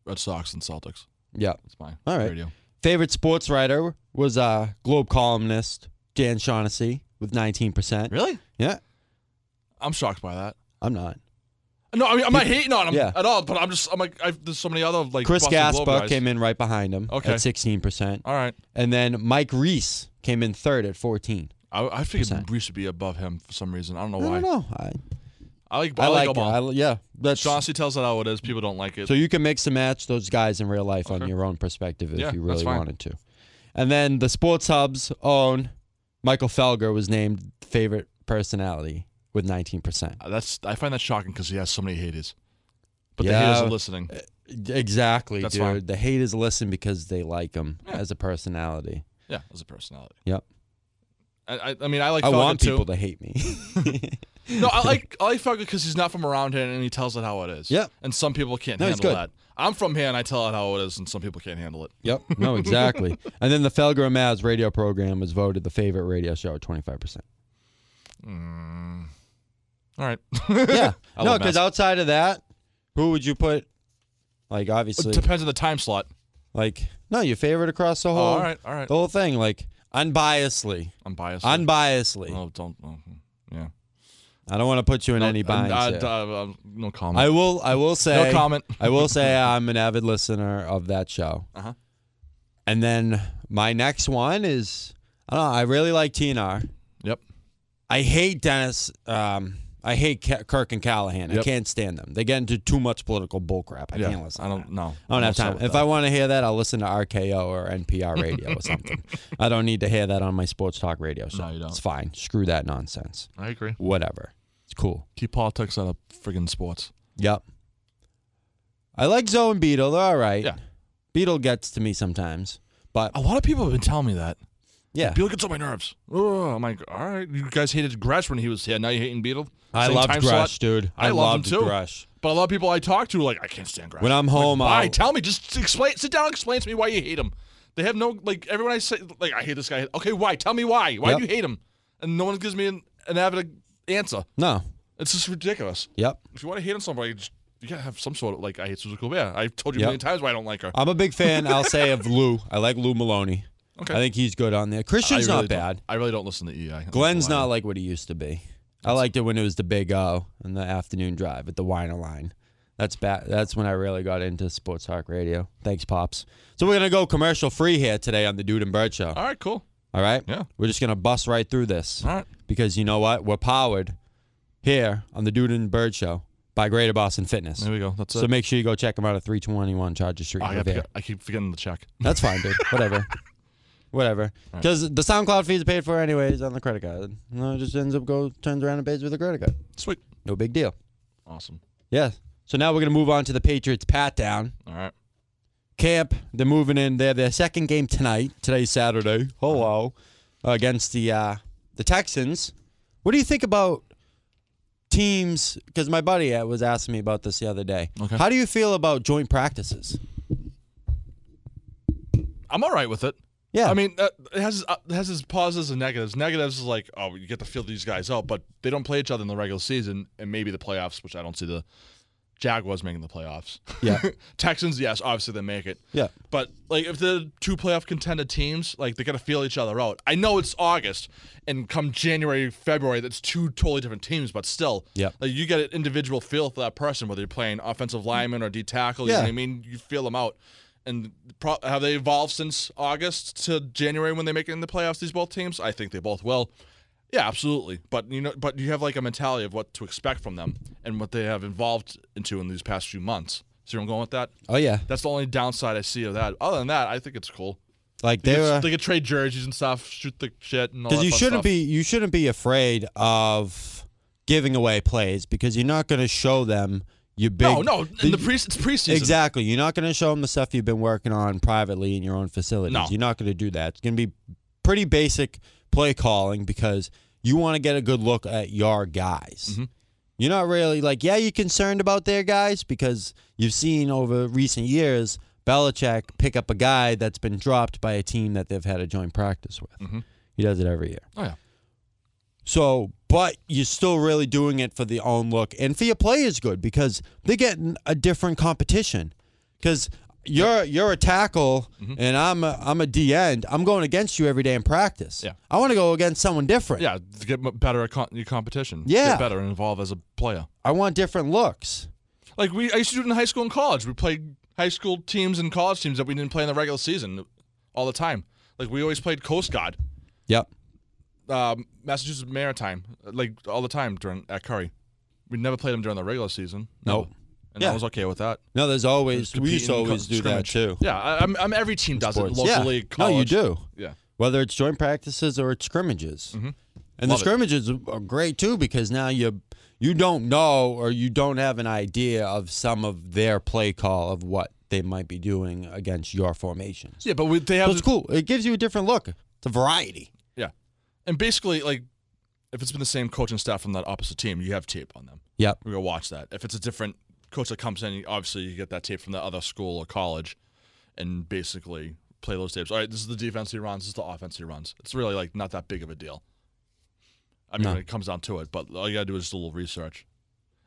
Red Sox and Celtics.
Yeah.
That's my
All right.
radio.
Favorite sports writer was uh, Globe columnist Dan Shaughnessy with 19%.
Really?
Yeah,
I'm shocked by that.
I'm not.
No, I mean, I'm not hating on him
Yeah.
at all, but I'm just, I'm like, I've, there's so many other like.
Chris
Boston Globe
Gasper
guys.
came in right behind him
Okay.
at 16%.
All right.
And then Mike Reese came in third at 14.
I, I figured
Percent.
Reese would be above him for some reason. I don't know
I
why.
don't know. I,
I like, I,
I like
them
it.
all.
I, yeah. That's,
Chauncey tells it how it is. People don't like it.
so you can mix and match those guys in real life on
Okay.
your own perspective if
Yeah,
you
that's
really
fine.
wanted to. And then the Sports Hub's own Michael Felger was named favorite personality with 19%.
Uh, That's I find that shocking because he has so many haters. But the
Yeah. Eh.
haters are listening.
Exactly,
That's
dude.
fine.
The haters listen because they like him
Yeah.
as a personality.
Yeah, as a personality.
Yep.
I, I, I mean, I like.
I
Felger
want
too.
people to hate
[laughs]
me. [laughs]
No, I like I like Felger because he's not from around here and he tells it how it is.
Yep.
And some people can't
No, he's
handle
good.
that. I'm from here and I tell it how it is, and some people can't handle it.
yep. No, exactly. and then the Felger and Maz radio program was voted the favorite radio show at 25%.
Mm. All right. [laughs]
Yeah.
I
no,
love
because
Maz.
outside of that, who would you put? Like, obviously,
It depends on the time slot.
like, no, your favorite across the whole,
Oh, all right, all right.
the whole thing. Like, unbiasedly.
I'm biased.
Unbiasedly.
no, don't. no, hmm, yeah.
I don't want to put you in any
Uh,
binds.
uh,
here.
uh, uh, no comment.
I will. I will say.
comment.
I will say I'm an avid listener of that show.
Uh-huh.
And then my next one is I don't know. I really like TNR.
[laughs] yep.
I hate Dennis. Um, I hate Ke- Kirk and Callahan. I
Yep.
can't stand them. They get into too much political bullcrap. I
yeah.
can't listen.
I
to
don't
that.
know.
I don't have time. If I want to hear that, I'll listen to RKO or
[laughs]
NPR radio or something. I don't need to hear that on my sports talk radio show.
you don't.
It's fine. Screw that nonsense.
I agree.
Whatever. It's cool.
Keep politics out of friggin' sports.
Yep. I like Zoe and Beetle. They're all right.
Yeah.
Beetle gets to me sometimes, but
A lot of people have been telling me that.
yeah,
Beetle gets on my nerves. Oh, I'm like, all right, you guys hated Gresh when he was here. Now you're hating Beetle.
I
Same
loved
time
Grush,
slot.
dude.
I loved him too.
Grush.
But a lot of people I talk to are like, I can't stand Gresh.
When I'm home,
Why?
I'll-
Tell me. Just explain. Sit down and explain to me why you hate him. They have no like. Everyone I say like, I hate this guy. Okay, why? Tell me why. Why
Yep.
do you hate him? And no one gives me an, an avid answer.
No,
It's just ridiculous.
yep.
If you want to hate on somebody, just, you gotta have some sort of like. I hate Susan Colbert. I've told you
Yep.
a million times why I don't like her.
I'm a big fan. I'll say
[laughs]
of Lou. I like Lou Maloney.
Okay.
I think he's good on there. Christian's
I really
not
don't-
bad.
I really don't listen to EI. I'm not
Glenn's
gonna lie.
not like what he used to be. I liked it when it was the Big O and the afternoon drive at the Winer Line. That's bad. That's when I really got into sports talk radio. Thanks, pops. So we're gonna go commercial free here today on the Dude and Bird Show.
All right, cool.
All right?
Yeah.
We're just going to bust right through this
All right.
because you know what? We're powered here on the Dude and Bird Show by Greater Boston Fitness.
There we go. That's
So
it.
make sure you go check them out at 321 Charger Street.
I,
in
gotta
Revere.
forget- I keep forgetting the check.
That's fine, dude. Whatever. Whatever. Because the SoundCloud fee is paid for anyways on the credit card. No, it just ends up go turns around and pays with a credit card.
Sweet.
No big deal.
Awesome.
Yeah. So now we're gonna move on to the Patriots pat down.
All right.
Camp, they're moving in. They have their second game tonight. Today's Saturday. Hello. Against the uh, the Texans. What do you think about teams? Because my buddy uh, was asking me about this the other day.
Okay.
How do you feel about joint practices?
I'm all right with it.
Yeah.
I mean, uh, it has uh, it has its positives and negatives. Negatives is like, oh, you get to feel these guys out, but they don't play each other in the regular season and maybe the playoffs, which I don't see the Jaguars making the playoffs. [laughs]
Yeah.
Texans, yes, obviously they make it.
Yeah.
But like, if they're two playoff contender teams, like they got to feel each other out. I know it's August, and come January, February, that's two totally different teams, but still,
Yeah.
like you get an individual feel for that person, whether you're playing offensive lineman or D tackle. You know
Yeah.
what I mean? You feel them out. And pro- have they evolved since August to January when they make it in the playoffs? These both teams, I think they both will. Yeah, absolutely. But you know, but you have like a mentality of what to expect from them and what they have evolved into in these past few months. See where I'm going with that?
Oh yeah.
That's the only downside I see of that. Other than that, I think it's cool.
Like uh,
They,
they
just,
were
they could trade jerseys and stuff, shoot the shit, and all
Because
that
you
fun
shouldn't
stuff.
be you shouldn't be afraid of giving away plays because you're not going to show them your big.
No, no. In the pre- it's preseason.
exactly. You're not going to show them the stuff you've been working on privately in your own facilities.
No.
You're not going to do that. It's going to be pretty basic play calling because you want to get a good look at your guys.
Mm-hmm.
You're not really like, yeah, you're concerned about their guys because you've seen over recent years Belichick pick up a guy that's been dropped by a team that they've had a joint practice with.
Mm-hmm.
He does it every year.
Oh yeah.
So, but you're still really doing it for the own look and for your play is good because they're getting a different competition. Because you're you're a tackle
Mm-hmm.
and I'm a, I'm a D end. I'm going against you every day in practice.
Yeah.
I want to go against someone different.
Yeah, to get m- better at co- your competition.
Yeah.
Get better and evolve as a player.
I want different looks.
Like we, I used to do it in high school and college. We played high school teams and college teams that we didn't play in the regular season all the time. Like we always played Coast Guard,
Yep.
um, Massachusetts Maritime, like all the time during at Curry. We never played them during the regular season.
Nope.
Never. And
Yeah.
I was okay with that.
No, there's always we
Compete
used to
and co-
always do that
scrimmage.
too.
Yeah, I, I'm, I'm. Every team does
Sports.
it. Local
Yeah.
league,
No,
college.
you do.
Yeah.
Whether it's joint practices or it's scrimmages. And the
Mm-hmm. Love it.
scrimmages are great too because now you you don't know or you don't have an idea of some of their play call of what they might be doing against your formations.
Yeah, but we, they
So
have.
it's cool. It gives you a different look. It's a variety.
yeah, and basically, like, if it's been the same coaching staff from that opposite team, you have tape on them.
Yep.
we go watch that. If it's a different coach that comes in, obviously you get that tape from the other school or college, and basically play those tapes. All right, this is the defense he runs. This is the offense he runs. It's really like not that big of a deal. I mean,
No.
when it comes down to it, but all you gotta do is just a little research.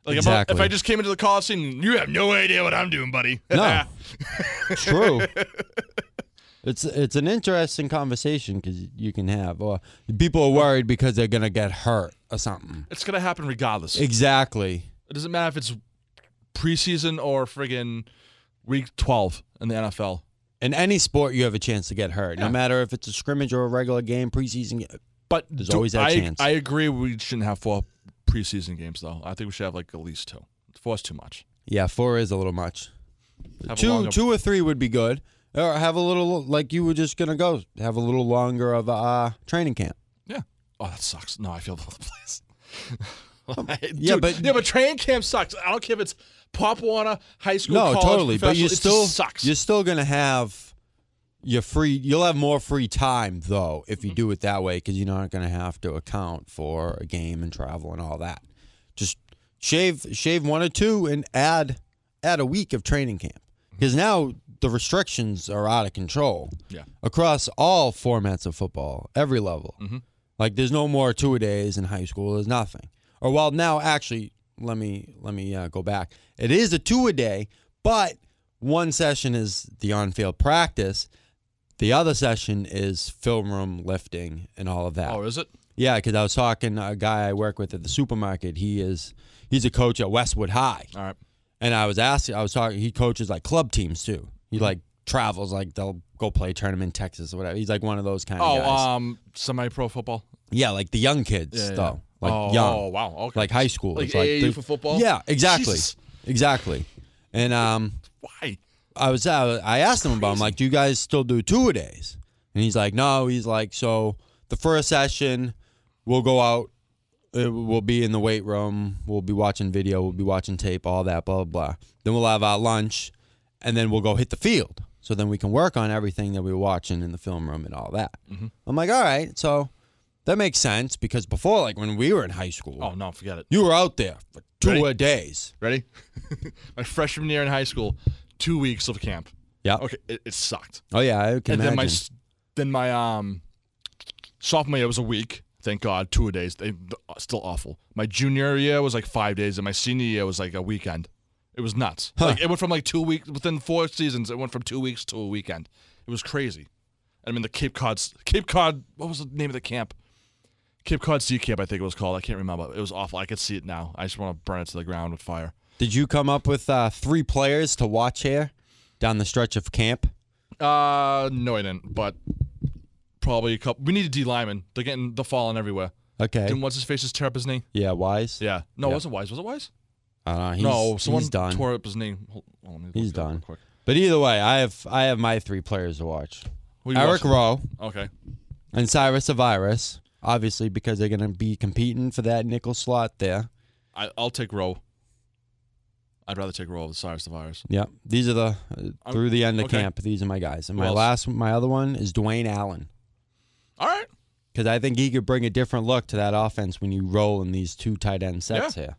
Like
Exactly.
if, I, if I just came into the college scene, you have no idea what I'm doing, buddy. [laughs]
No. It's true. It's it's an interesting conversation because you can have. Or people are worried because they're gonna get hurt or something.
it's gonna happen regardless. It
Exactly.
doesn't matter if it's preseason or friggin' week 12 in the NFL.
In any sport, you have a chance to get hurt, no
Yeah.
matter if it's a scrimmage or a regular game, preseason. ga-
But
There's
do-
always that
I,
chance.
I agree. We shouldn't have four preseason games though. I think we should have like at least two. Four is too much.
Yeah, four is a little much.
Have a
Two,
longer-
two or three would be good. Or have a little like you were just gonna go have a little longer of a uh, training camp.
Yeah. Oh, that sucks. No, I feel
[laughs]
both place.
Um,
[laughs]
yeah,
Dude,
but-
yeah, but training camp sucks. I don't care if it's Pop Warner, high school,
No,
college,
totally. But you
professional, it just
still
sucks.
you're still gonna have your free. You'll have more free time though if
Mm-hmm.
you do it that way because you're not gonna have to account for a game and travel and all that. Just shave shave one or two and add add a week of training camp because now the restrictions are out of control.
Yeah.
across all formats of football, every level. Like there's no more two a days in high school. There's nothing. Or well, now actually, let me let me uh, go back. It is a two a day, but one session is the on field practice. The other session is film room lifting and all of that.
Oh, is it?
Yeah, because I was talking to a guy I work with at the supermarket. He is he's a coach at Westwood High
All right. Mm-hmm.
and I was asking, I was talking. He coaches like club teams too. He like travels. Like they'll go play tournament in Texas or whatever. He's like one of those kind
Oh,
of guys.
um, semi-pro football.
yeah, like the young kids
Yeah, yeah.
though, like
oh,
young,
oh, wow. Okay.
like high school.
Like
It's like
AAU
the-
for football?
Yeah, exactly,
Jesus.
exactly. And um,
Why?
I was uh, I asked him about. it. I'm like, do you guys still do two a days? And he's like, no. He's like, so the first session, we'll go out. It, we'll be in the weight room. We'll be watching video. We'll be watching tape. All that. Blah blah. blah. Then we'll have our lunch, and then we'll go hit the field. So then we can work on everything that we were watching in the film room and all that.
Mm-hmm.
I'm like, all right. So that makes sense because before, like when we were in high school,
Oh no, forget it.
you were out there for two
Ready?
a days.
Ready? [laughs] My freshman year in high school, two weeks of camp.
Yeah.
Okay, it, it sucked.
Oh yeah, I can
and
imagine.
then my s- then my um sophomore year was a week. Thank God, two a days. They still awful. My junior year was like five days, and my senior year was like a weekend. It was nuts.
Huh.
Like it went from like two weeks within four seasons. It went from two weeks to a weekend. It was crazy. I mean, the Cape Cod Cape Cod. What was the name of the camp? Cape Cod Sea Camp, I think it was called. I can't remember. It was awful. I could see it now. I just want to burn it to the ground with fire.
Did you come up with uh, three players to watch here down the stretch of camp?
Uh, no, I didn't. But probably a couple. We need a D lineman. They're getting they're falling everywhere.
Okay.
Didn't what's his face just tear up his knee?
yeah, Wise.
Yeah. No,
Yeah.
it wasn't Wise. Was it Wise?
I don't know. He's,
no, someone
he's done.
tore up his knee. Hold, hold on, let me
He's
look it up real
done.
Quick.
but either way, I have I have my three players to watch:
Who you
Eric
watching?
Rowe
Okay.
and Cyrus Avirus, obviously because they're going to be competing for that nickel slot there.
I, I'll take Rowe. I'd rather take Rowe over Cyrus the Virus.
Yep. These are the uh,
I'm-
through the end of
okay.
camp. These are my guys. And
Who
my
else?
last, my other one is Dwayne Allen
All right.
because I think he could bring a different look to that offense when you roll in these two tight end sets here.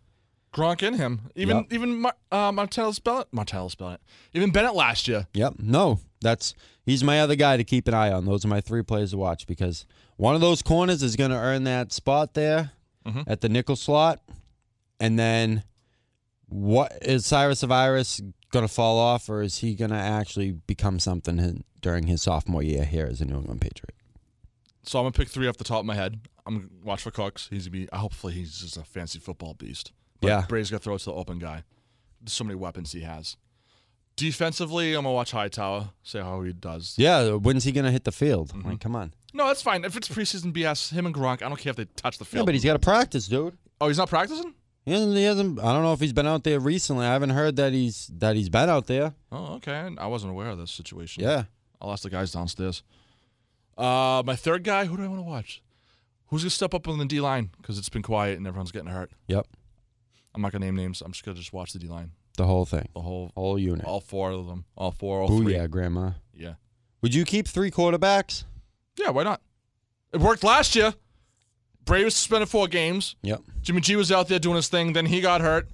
Gronk in him. Even
Yep.
even Mar- uh, Martellus Bennett. Martellus Bennett. Even Bennett last year.
Yep. No, that's he's my other guy to keep an eye on. Those are my three plays to watch because one of those corners is going to earn that spot there
Mhm.
at the nickel slot, and then what is Cyrus Avirus going to fall off, or is he going to actually become something in- during his sophomore year here as a New England Patriot?
So I'm gonna pick three off the top of my head. I'm gonna watch for Cooks. He's gonna be. Hopefully, he's just a fancy football beast. But
Yeah.
Bray's gonna throw it to the open guy. There's so many weapons he has. Defensively, I'm gonna watch Hightower. See how he does.
Yeah, when's he going to hit the field? Like, come on.
No, that's fine. If it's preseason BS, him and Gronk, I don't care if they touch the
Yeah,
field.
but he's got to practice, dude.
oh, he's not practicing?
He hasn't, he hasn't. I don't know if he's been out there recently. I haven't heard that he's that he's been out there.
Oh, okay. I wasn't aware of this situation.
Yeah.
I'll ask the guys downstairs. Uh, my third guy, who do I want to watch? Who's going to step up on the D line? Because it's been quiet and everyone's getting hurt.
Yep.
I'm not going to name names. I'm just going to just watch the D line.
The whole thing,
The whole,
whole unit.
all four of them. All four, all
Oh
three.
yeah, Grandma.
Yeah.
Would you keep three quarterbacks?
Yeah, why not? It worked last year. Bray was suspended four games.
Yep.
Jimmy G was out there doing his thing. Then he got hurt.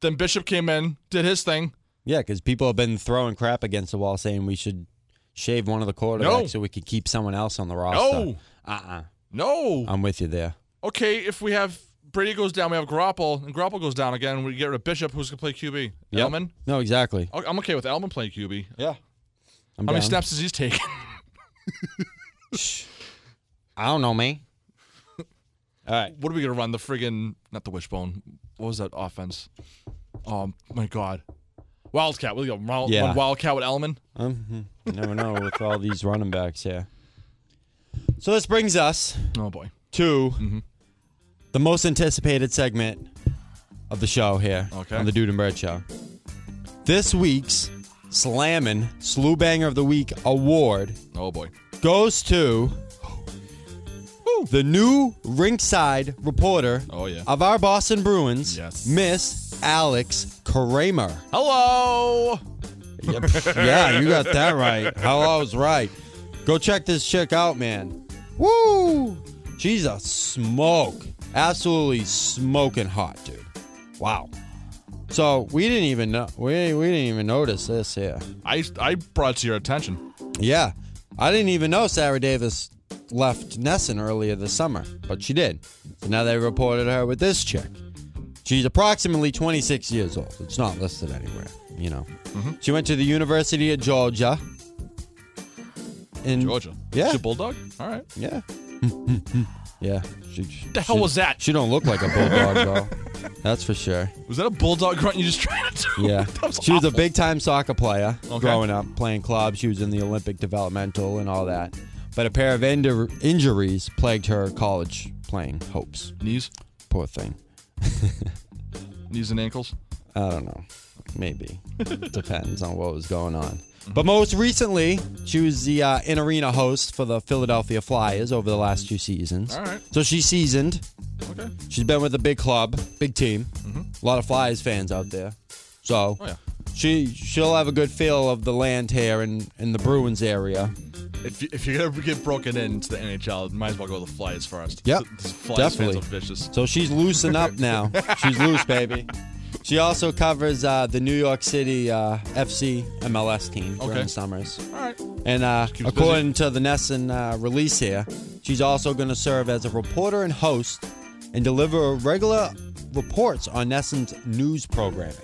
Then Bishop came in, did his thing.
Yeah, because people have been throwing crap against the wall saying we should shave one of the quarterbacks
No.
so we could keep someone else on the roster.
No,
Uh-uh.
no.
I'm with you there.
okay, if we have Brady goes down, we have Garoppolo, and Garoppolo goes down again, we get rid of Bishop, who's gonna play QB?
Yep.
Elman.
No, exactly.
Okay, I'm okay with Elman playing QB.
Yeah. I'm
How many
down.
snaps does he take?
I don't know,
[laughs]
man. All right.
[laughs] what are we gonna run? The friggin' not the wishbone. What was that offense? Oh my god, Wildcat. We'll go wild,
Yeah.
run Wildcat with Elman.
Um, you never know with all these running backs, yeah. So this brings us
Oh boy.
to
Mm-hmm.
the most anticipated segment of the show here
Okay.
on the Dude and Bread Show. This week's Slammin' Slew Banger of the Week award
Oh boy.
goes to the new ringside reporter
Oh yeah.
of our Boston Bruins,
Yes.
Miss Alex Kramer.
Hello.
Yep. yeah, you got that right. How I was right. Go check this chick out, man. Woo! She's a smoke. Absolutely smoking hot, dude. Wow. So we didn't even know we, we didn't even notice this here.
I I brought it to your attention.
Yeah. I didn't even know Sarah Davis left Nesson earlier this summer, but she did. So now they reported her with this chick. She's approximately 26 years old. It's not listed anywhere, you know.
Mm-hmm.
She went to the University of Georgia. In
Georgia.
Yeah.
She's a bulldog. All right.
Yeah. [laughs] yeah. She,
The hell was that?
She don't look like a bulldog though.
[laughs]
That's for sure.
Was that a bulldog [laughs] grunt you just tried to do?
Yeah.
[laughs] that was
she was a
awful.
big time soccer player
Okay.
growing up, playing club. She was in the Olympic developmental and all that. But a pair of indu- injuries plagued her college playing hopes.
knees,
Poor thing.
knees and ankles.
I don't know.
[laughs]
Maybe. Depends on what was going on. But most recently, she was the uh, in arena host for the Philadelphia Flyers over the last two seasons.
All right.
So she's seasoned.
Okay.
She's been with a big club, big team. A lot of Flyers fans out there. So
Mm-hmm. Oh yeah.
she she'll have a good feel of the land here in, in the Bruins area.
If, you, if you're gonna get broken into the NHL, might as well go to the Flyers first.
Yep,
Th- these Flyers
definitely.
fans are vicious.
So she's loosened
[laughs]
up now. She's loose, baby. She also covers uh, the New York City uh, FC MLS team during
Okay.
the summers.
All right.
And uh,
keeps
according to the Nesson uh, release here, she's also going to serve as a reporter and host and deliver regular reports on Nesson's news programming.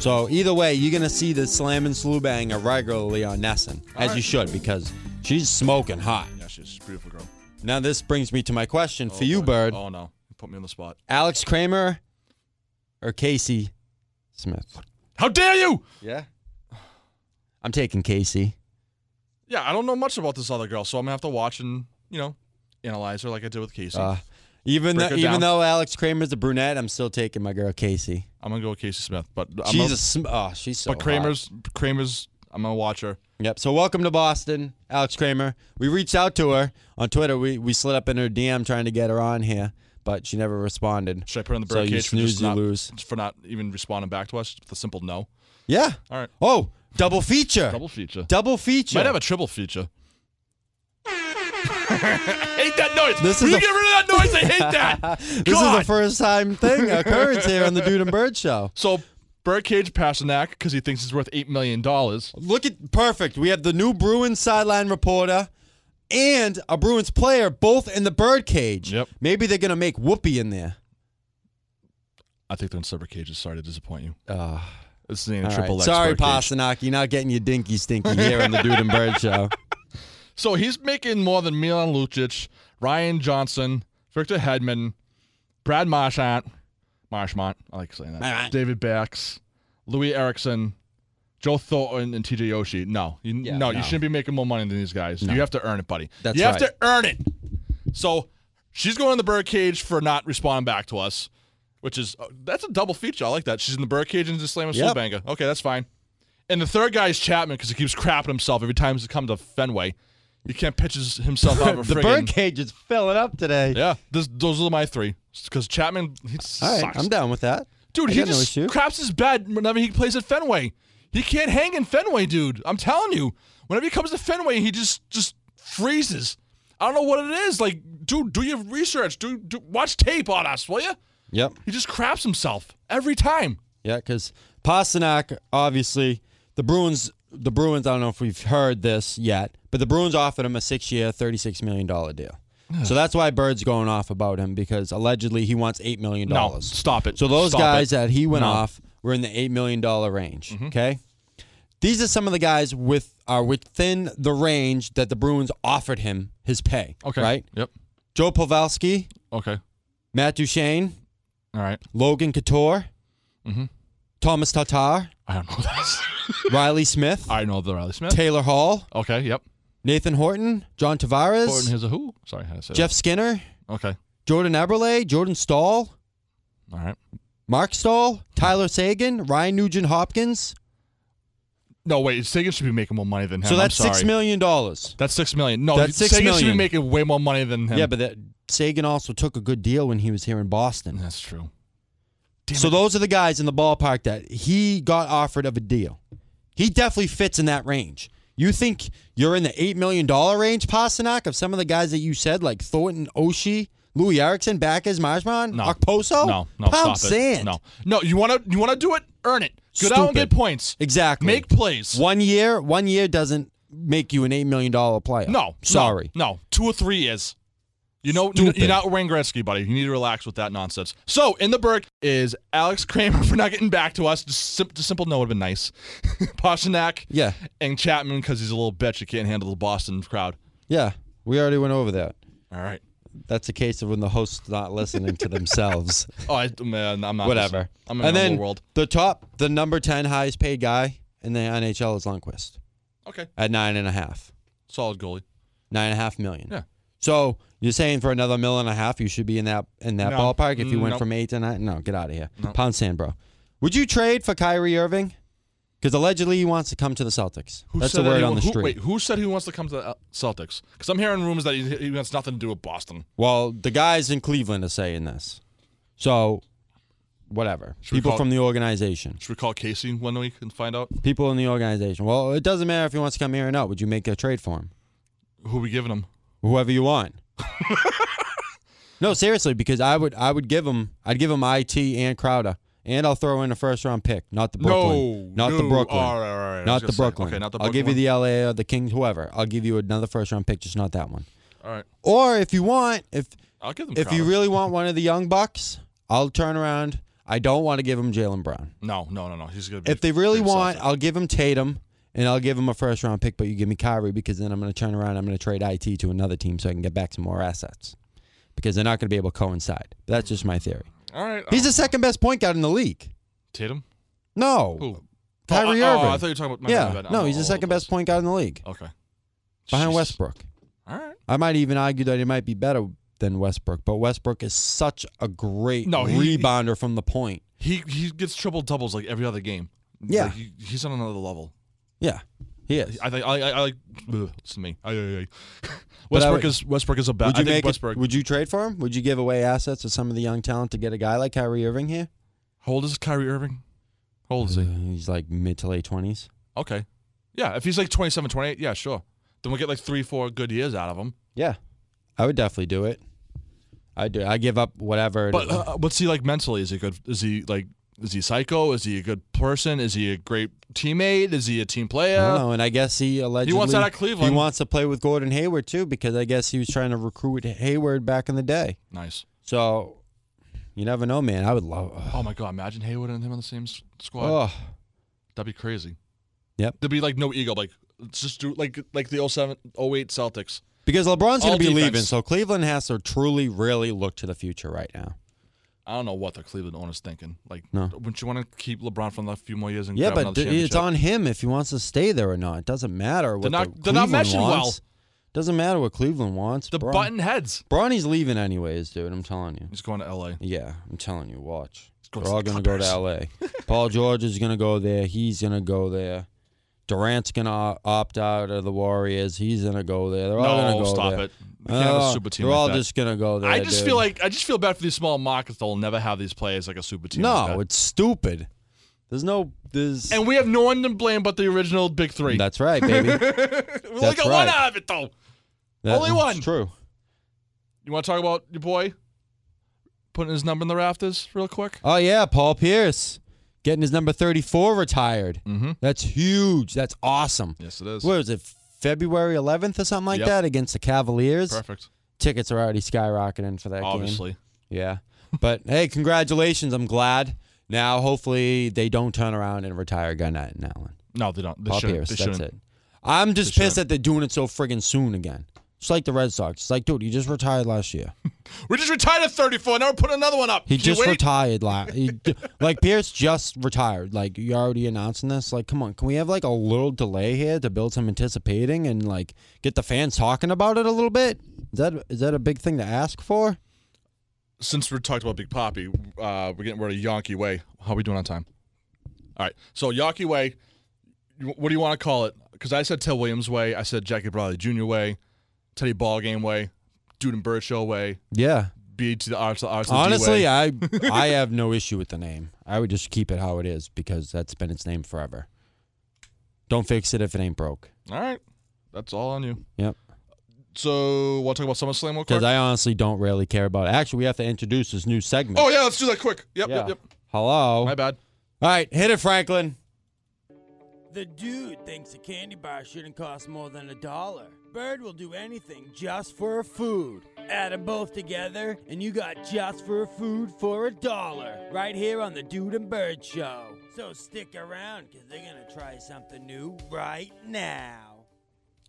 So either way, you're going to see the slam and slew banger regularly on Nesson, as
right.
you should, because she's smoking hot.
Yeah, she's a beautiful girl.
Now this brings me to my question for
Oh,
you,
boy.
Bird.
Oh no, you put me on the spot.
Alex Kramer or Casey Smith?
How dare you?
Yeah. I'm taking Casey.
Yeah, I don't know much about this other girl, so I'm gonna have to watch and you know analyze her like I did with Casey.
Uh, even
Break
though,
it down.
even though Alex Kramer's a brunette, I'm still taking my girl Casey.
I'm gonna go with Casey Smith, but I'm
she's
gonna-
a sm- oh, she's so
but Kramer's Kramer's. I'm gonna watch her.
hot. Yep. So welcome to Boston, Alex Kramer. We reached out to her on Twitter. We we slid up in her DM trying to get her on here, but she never responded.
Should I put her in the
So you
birdcage for
snooze,
just
you
not
lose.
for not even responding back to us? The simple no.
Yeah.
All right,
Oh, double feature. Double,
double feature.
feature.
Might have a triple [laughs] feature. hate that noise.
This
Will
is
you
a-
get rid of that noise. I hate that.
this is the
God.
first time thing occurrence here on the Dude and Bird Show.
[laughs] So Birdcage Pasternak because he thinks he's worth eight million dollars.
Look at perfect. We have the new Bruins sideline reporter and a Bruins player both in the birdcage.
Yep.
Maybe they're gonna make Whoopi in there.
I think they're in separate cages. Sorry to disappoint you.
Uh,
This is a
all
triple
right.
X
Sorry,
birdcage.
Pasternak, you're not getting your dinky stinky here on the Dude and Bird
[laughs]
Show.
So he's making more than Milan Lucic, Ryan Johnson, Victor Hedman, Brad Marchant, Marshmont, I like saying that.
Marchant.
David Backs, Louis Erickson, Joe Thornton, and TJ Yoshi. No, you,
Yeah,
no,
no.
you shouldn't be making more money than these guys. You have to earn it, buddy.
That's
you have
right.
to earn it. So she's going in the birdcage for not responding back to us, which is uh, that's a double feature. I like that. She's in the birdcage and just slamming
Yep.
Slowbanga. Okay, that's fine. And the third guy is Chapman because he keeps crapping himself every time he's come to Fenway. He can't pitch his- himself out of
[laughs]
a
the
friggin-
birdcage is filling up today.
Yeah, this, those are my three. Because Chapman, he
All right,
sucks.
I'm down with that.
Dude,
I
he
got no
just
issue.
craps his bed whenever he plays at Fenway. He can't hang in Fenway, dude. I'm telling you. Whenever he comes to Fenway, he just just freezes. I don't know what it is. Like, dude, do your research. Do, do watch tape on us, will you?
Yep.
He just craps himself every time.
Yeah, because Pasternak, obviously, the Bruins. The Bruins. I don't know if we've heard this yet, but the Bruins offered him a six-year, thirty-six million dollar deal. so that's why Bird's going off about him because allegedly he wants eight million
No,
dollars.
stop it.
So those
Stop
guys
it.
that he went
No. Mm-hmm.
off were in the eight million dollar range. Okay. These are some of the guys with are within the range that the Bruins offered him his pay.
Okay.
Right.
Yep.
Joe Pavelski,
Okay.
Matt Duchene,
All right.
Logan Couture,
Mhm.
Thomas Tatar,
I don't know this.
Riley Smith,
[laughs] I know the Riley Smith.
Taylor Hall,
Okay. Yep.
Nathan Horton, John Tavares,
Gordon has a who? Sorry, I had to say. that.
Jeff Skinner,
Okay.
Jordan Eberle, Jordan Stahl,
All right.
Mark Stahl, Tyler Sagan, Ryan Nugent Hopkins.
No, wait. Sagan should be making more money than him.
So that's
I'm sorry.
six million dollars.
That's six million. No,
That's six
Sagan should
million.
be making way more money than him.
Yeah, but that Sagan also took a good deal when he was here in Boston.
that's true.
So those are the guys in the ballpark that he got offered of a deal. He definitely fits in that range. You think you're in the eight million dollar range, Pasternak, of some of the guys that you said, like Thornton, Oshie, Louis Erickson, Backes, Marjman,
No.
Okposo?
No, no,
Pound
stop
sand.
it. No, no. You want to, you want to do it. Earn it. Go down and
Stupid.
get points.
Exactly.
Make plays.
one year. One year doesn't make you an eight million dollar player.
No, no,
sorry.
No, two or three years. You know, you-
Stupid.
you're not Wayne Gretzky, buddy. You need to relax with that nonsense. So in the Burke is Alex Kramer [laughs] for not getting back to us. Just, sim- just simple no would have been nice. [laughs] Pasternak
Yeah,
and Chapman because he's a little bitch. You can't handle the Boston crowd.
yeah. We already went over that.
All right.
That's a case of when the host's not listening
[laughs]
to themselves.
Oh, I, man, I'm not.
Whatever.
I'm in
and
another
then
world.
the top, the number ten highest paid guy in the NHL is Lundqvist
Okay,
at nine and a half,
solid goalie.
nine and a half million.
Yeah.
So you're saying for another mill and a half, you should be in that in that
No.
ballpark if you
Mm,
went
nope.
from eight to nine. No, get out of here.
Nope.
Pound sand, bro. Would you trade for Kyrie Irving? Because allegedly he wants to come to the Celtics.
Who
That's
said
the
that
word
he-
on the
who-
street.
Wait, who said he wants to come to the uh, Celtics? Because I'm hearing rumors that he, he wants nothing to do with Boston.
Well, the guys in Cleveland are saying this. So, whatever.
we
people
call-
from the organization.
Should we call Casey one week and find out
People in the organization. Well, it doesn't matter if he wants to come here or not. Would you make a trade for him?
who we giving him?
Whoever you
[laughs]
want. no, seriously, because I would I would give him I'd give him IT and Crowder. And I'll throw in a first round pick. Not the Brooklyn.
No,
not the
no.
Brooklyn.
All right, all right, all right. I was
Not the
gonna say,
Brooklyn.
Okay, not the
I'll
Brooklyn.
give you the LA or the Kings, whoever. I'll give you another first round pick, just not that one.
the. All right,
Or if you want, if
I'll give them.
if you
Crowder.
really want one of the young bucks, I'll turn around. I don't want to give him Jalen Brown.
no, no, no, no. He's gonna. Be
If they really
pretty
want,
Celtic.
I'll give him Tatum and I'll give him a first round pick, but you give me Kyrie because then I'm going to turn around. I'm going to trade IT to another team so I can get back some more assets because they're not going to be able to coincide. That's just my theory.
all right,
He's
oh,
the second best point guard in the league.
Tatum.
No,
Who?
Kyrie
oh, I-
Irving.
Oh, I thought you were talking about. my
yeah,
bad, I'm
no,
all
he's the
over
second
place.
best point guard in the league
Okay.
behind
Jeez.
Westbrook.
All right.
I might even argue that he might be better than Westbrook, but Westbrook is such a great
No, he-
rebounder from the point.
He he gets triple doubles like every other game.
Yeah.
Like, he, he's on another level.
Yeah, he is.
I think I I, I like ugh, it's me. I, I, [laughs] I.
But I
Westbrook
would-
is Westbrook is a bad.
Would you
I think
make it-
Westbrook.
Would you trade for him? Would you give away assets to some of the young talent to get a guy like Kyrie Irving here?
How old is Kyrie Irving? How old is he?
He's like mid to late twenties.
Okay. Yeah, if he's like 27, 28, yeah, sure. Then we'll get like three, four good years out of him.
Yeah, I would definitely do it. I do. I give up whatever. it
But
is.
uh, what's he like mentally? Is he good? Is he like? Is he psycho? Is he a good person? Is he a great teammate? Is he a team
I don't
player?
know. And I guess he allegedly
out of Cleveland.
He wants to play with Gordon Hayward too because I guess he was trying to recruit Hayward back in the day.
Nice.
So you never know, man. I would love.
Oh my god! Imagine Hayward and him on the same s- squad.
Oh,
That'd be crazy.
Yep.
There'd be like no ego. Like let's just do like like the 07, 08 Celtics.
because LeBron's going to
All
be leaving,
defense.
so Cleveland has to truly, really look to the future right now.
I don't know what the Cleveland owner's thinking. Like,
No.
wouldn't you want to keep LeBron for another few more years and
Yeah,
grab
but
another
d- it's
championship?
on him if he wants to stay there or not. It doesn't matter what
They're not-
the
they're not
Cleveland
meshing well.
wants. Doesn't matter what Cleveland wants.
the
Bron-
button heads.
Bronny's leaving anyways, dude. I'm telling you.
He's going to LA.
Yeah, I'm telling you. Watch.
go
They're
to
all
the
gonna go
Clippers.
to L.A.
[laughs]
Paul George is gonna go there. He's gonna go there. Durant's gonna opt out of the Warriors. He's gonna go there. They're all gonna go
No, stop
there.
it. We can't have
Oh,
a super team
They're
like
all
that.
just gonna go there.
I just
dude.
feel like I just feel bad for these small markets. They'll never have these players like a super team. like
no,
that.
it's stupid. There's no there's
and we have no one to blame but the original big three.
that's right, baby.
[laughs] we only
that's
got one
right.
out of it though.
That-
Only
that's
one.
True.
You want to talk about your boy putting his number in the rafters real quick?
Oh yeah, Paul Pierce getting his number 34 retired.
Mm-hmm.
That's huge. That's awesome.
Yes, it is.
What was it? February 11th or something like
Yep.
that against the Cavaliers.
Perfect.
Tickets are already skyrocketing for that game.
Obviously.
Yeah. But hey, congratulations. I'm glad. Now, hopefully, they don't turn around and retire Garnett and Allen.
No, they don't. They
Paul
shouldn't.
Pierce.
They
That's
shouldn't.
it. I'm just
They
pissed that they're doing it so friggin' soon again. It's like the Red Sox. It's like, dude, you just retired last year.
We just retired at 34. Now we're putting another one up.
He
Can you
just
wait?
retired. Like, like Pierce just retired. Like you're already announcing this. Like, come on, can we have like a little delay here to build some anticipating and like get the fans talking about it a little bit? Is that is that a big thing to ask for?
Since we talked about Big Poppy, uh, we're getting rid of Yonky Way. How are we doing on time? All right. So Yonky Way, you- what do you want to call it? Because I said Ted Williams Way. I said Jackie Bradley Jr. Way, Teddy Ballgame Way, Dude and Bird Show Way,
Yeah.
B to the R to the R to the D
Honestly,
way.
I I have no issue with the name. I would just keep it how it is because that's been its name forever. Don't fix it if it ain't broke.
All right. That's all on you.
Yep.
So we'll talk about SummerSlam real quick.
Because I honestly don't really care about it. Actually, we have to introduce this new segment.
oh, yeah. Let's do that quick. Yep. Yep. Yep.
Hello.
My bad.
All right, hit it, Franklin.
The dude thinks a candy bar shouldn't cost more than a dollar. Bird will do anything just for food. Add them both together, and you got just for food for a dollar. Right here on the Dude and Bird Show. So stick around, because they're going to try something new right now.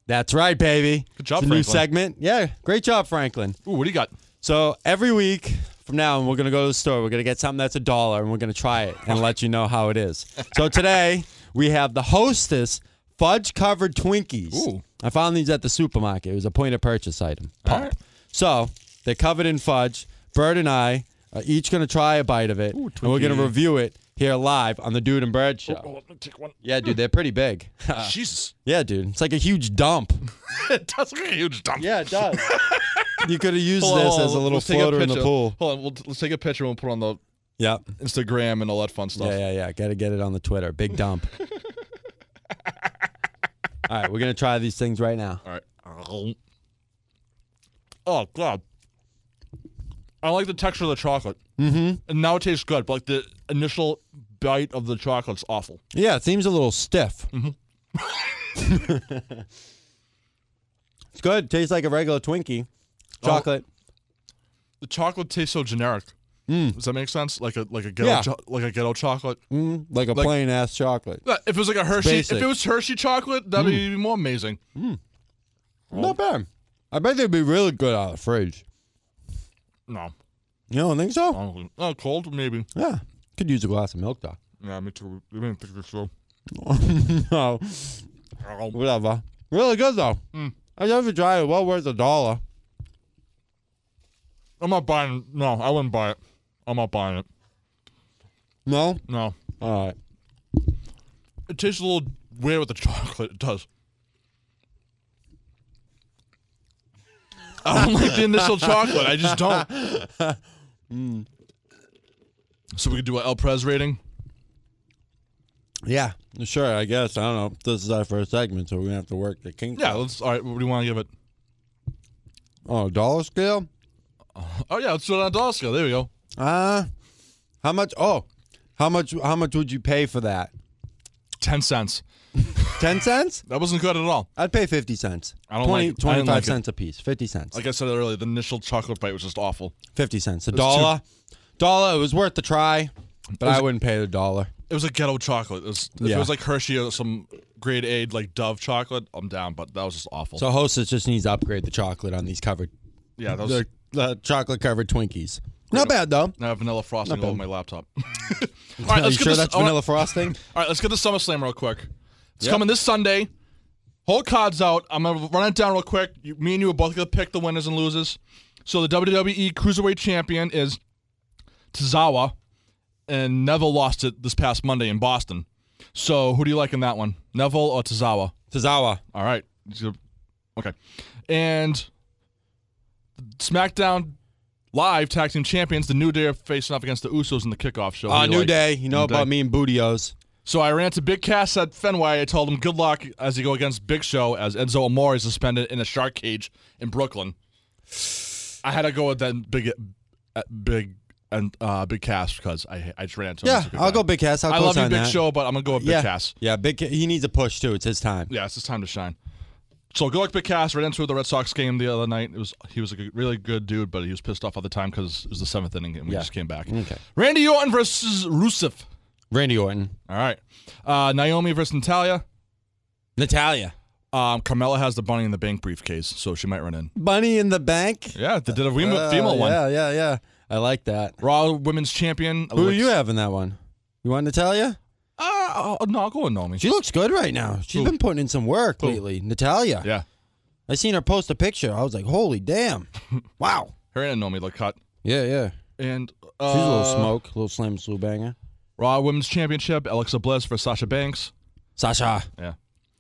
That's right, baby.
Good job,
it's a new
Franklin.
segment. Yeah, great job, Franklin.
Ooh, what do you got?
So every week from now, on, we're gonna go to the store. We're gonna get something that's a dollar, and we're gonna try it and let you know how it is. So today we have the Hostess fudge covered Twinkies.
Ooh.
I found these at the supermarket. It was a point of purchase item. Pop.
right.
So they're covered in fudge. Bird and I are each gonna try a bite of it,
Ooh,
and we're gonna
Twinkie.
review it here live on the Dude and Bird show.
Oh, let me take one.
Yeah, dude, they're pretty
[laughs]
big.
Jesus,
yeah, dude, it's like a huge dump.
it does look like a huge dump.
Yeah, it does. you could have used
Hold on,
this
hold on,
as a little
let's take
floater in the
picture.
pool.
Hold on, we'll, let's take a picture and we'll put it on the
Yep.
Instagram and all that fun stuff.
Yeah, yeah, yeah. Got to get it on the Twitter. Big [laughs] dump. All right, we're gonna try these things right now.
All right. Oh god, I like the texture of the chocolate. Mm-hmm. And now it tastes good, but like the initial bite of the chocolate's awful.
Yeah, it seems a little stiff. [laughs] it's good. Tastes like a regular Twinkie. Chocolate.
The chocolate tastes so generic. Does that make sense? Like a like a ghetto
Mm. Yeah.
cho- like a ghetto chocolate.
Mm, like a
like-
plain ass chocolate.
Uh, If it was like a Hershey, if
basic. Mm.
it was Hershey chocolate, that'd be even more amazing.
Not bad. I bet they'd be really good out of the fridge.
No,
You don't think so?
oh, oh, cold maybe.
Yeah. Could use a glass of milk though. [laughs]
Yeah, me too. I didn't think this through.
no.
Oh,
Whatever. Really good though. I never tried it. Well worth a dollar.
I'm not buying. No, I wouldn't buy it. I'm not buying it.
No?
No,
All right.
it tastes a little weird with the chocolate. It does. I don't like the initial chocolate. I just don't.
Mm.
So we could do an El Prez rating.
Yeah, sure. I guess I don't know. This is our first segment, so we're gonna have to work the king.
Yeah, let's. All right, what do you want to give it?
Oh, dollar scale.
Oh yeah, let's do it on a dollar scale. There we go.
Uh how much? Oh, how much? How much would you pay for that?
Ten cents.
Ten cents?
That wasn't good at all.
I'd pay fifty cents.
I don't
20,
like it. I didn't
25
like it.
cents a piece. Fifty cents.
Like I said earlier, the initial chocolate bite was just awful.
fifty cents. A
was too-
dollar. dollar. It was worth the try, but
was-
I wouldn't pay the dollar.
It was a ghetto chocolate. It was, If
Yeah.
it was like Hershey or some grade A like Dove chocolate, I'm down. But that was just awful.
So Hostess just needs to upgrade the chocolate on these covered,
yeah, that was
the, the chocolate covered Twinkies. Not bad though.
I have vanilla frosting all over my laptop.
[laughs]
all
Are
right, let's
you
get
sure
this.
that's
I wanna-
vanilla
[laughs]
frosting?
All right, let's get the SummerSlam real quick. It's
Yep.
coming this Sunday. Whole card's out. I'm gonna run it down real quick. You, me and you are both gonna pick the winners and losers. So the WWE Cruiserweight Champion is Tazawa, and Neville lost it this past Monday in Boston. So who do you like in that one, Neville or Tazawa?
Tazawa.
All right. So- Okay. And SmackDown Live Tag Team Champions, the New Day are facing off against the Usos in the kickoff show. Who
Uh,
do you
new
like?
day. You know
New
about
Day.
me and Bootios.
So I ran to Big Cass at Fenway. I told him good luck as they go against Big Show as Enzo Amore is suspended in a shark cage in Brooklyn. I had to go with that big, uh, big and uh, Big Cass because I I just ran into him.
Yeah,
He's a good
I'll
guy.
go Big Cass. I'll
I
co-sign
love you, Big
that.
Show, but I'm gonna go with Big
yeah.
Cass.
Yeah, Big Ca- he needs a push too. It's his time.
Yeah, it's his time to shine. So Golick Bickass right into the Red Sox game the other night. It was he was a good, really good dude, but he was pissed off all the time because it was the seventh inning and we
Yeah.
just came back.
Okay.
Randy Orton versus Rusev.
Randy Orton,
All right. Uh, Naomi versus Natalia.
Natalia,
Um, Carmella has the bunny in the bank briefcase, so she might run in.
Bunny in the Bank.
Yeah, they did a female,
Uh,
female one.
Yeah, yeah, yeah. I like that.
Raw Women's Champion.
Who do you have in that one? You want Natalia?
Uh, oh, no, I'll go with Naomi.
She looks good right now. She's
Who?
been putting in some work lately. Natalia.
yeah,
I seen her post a picture. I was like, holy damn! wow.
her and Naomi look hot.
Yeah, yeah.
And uh,
She's a little smoke, a little slam, slew banger.
Raw Women's Championship. Alexa Bliss for Sasha Banks.
Sasha.
Yeah,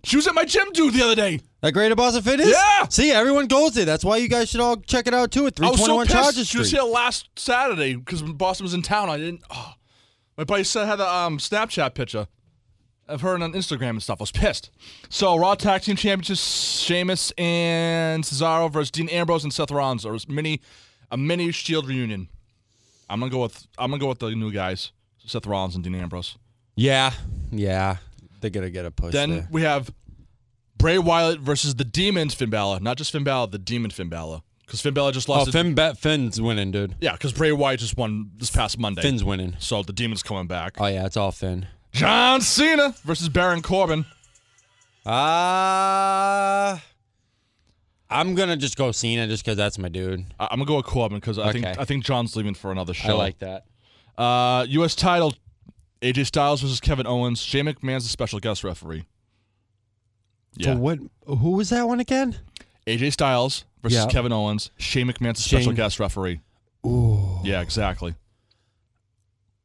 she was at my gym, dude, the other day.
That great boss of fitness?
Yeah!
See, everyone goes there. That's why you guys should all check it out too at
I was so
321 Charger
pissed. She
Street.
was here last Saturday because when Boston was in town, I didn't. Oh. My buddy said I had a um, Snapchat picture of her on Instagram and stuff. I was pissed. So Raw Tag Team Championships: Sheamus and Cesaro versus Dean Ambrose and Seth Rollins. Or mini, a mini Shield reunion. I'm gonna go with I'm gonna go with the new guys: Seth Rollins and Dean Ambrose.
Yeah, yeah. They're gonna get a push.
Then
there.
we have Bray Wyatt versus the Demon Finn Balor. Not just Finn Balor, the Demon Finn Balor. Because Finn Balor just
oh,
lost. it-
Finn, Bet Finn's winning, dude.
yeah, because Bray Wyatt just won this past Monday.
Finn's winning.
So the demon's coming back.
Oh yeah, it's all Finn.
John Cena versus Baron Corbin.
Ah, I'm gonna just go Cena just because that's my dude.
I- I'm gonna go with Corbin because I think
Okay.
I think John's leaving for another show.
I like that.
Uh, U.S. title, AJ Styles versus Kevin Owens. Shane McMahon's a special guest referee. Yeah.
So what? Who was that one again?
AJ Styles versus
Yeah.
Kevin Owens. Shane McMahon's a special
Shane-
guest referee.
Ooh.
Yeah, exactly.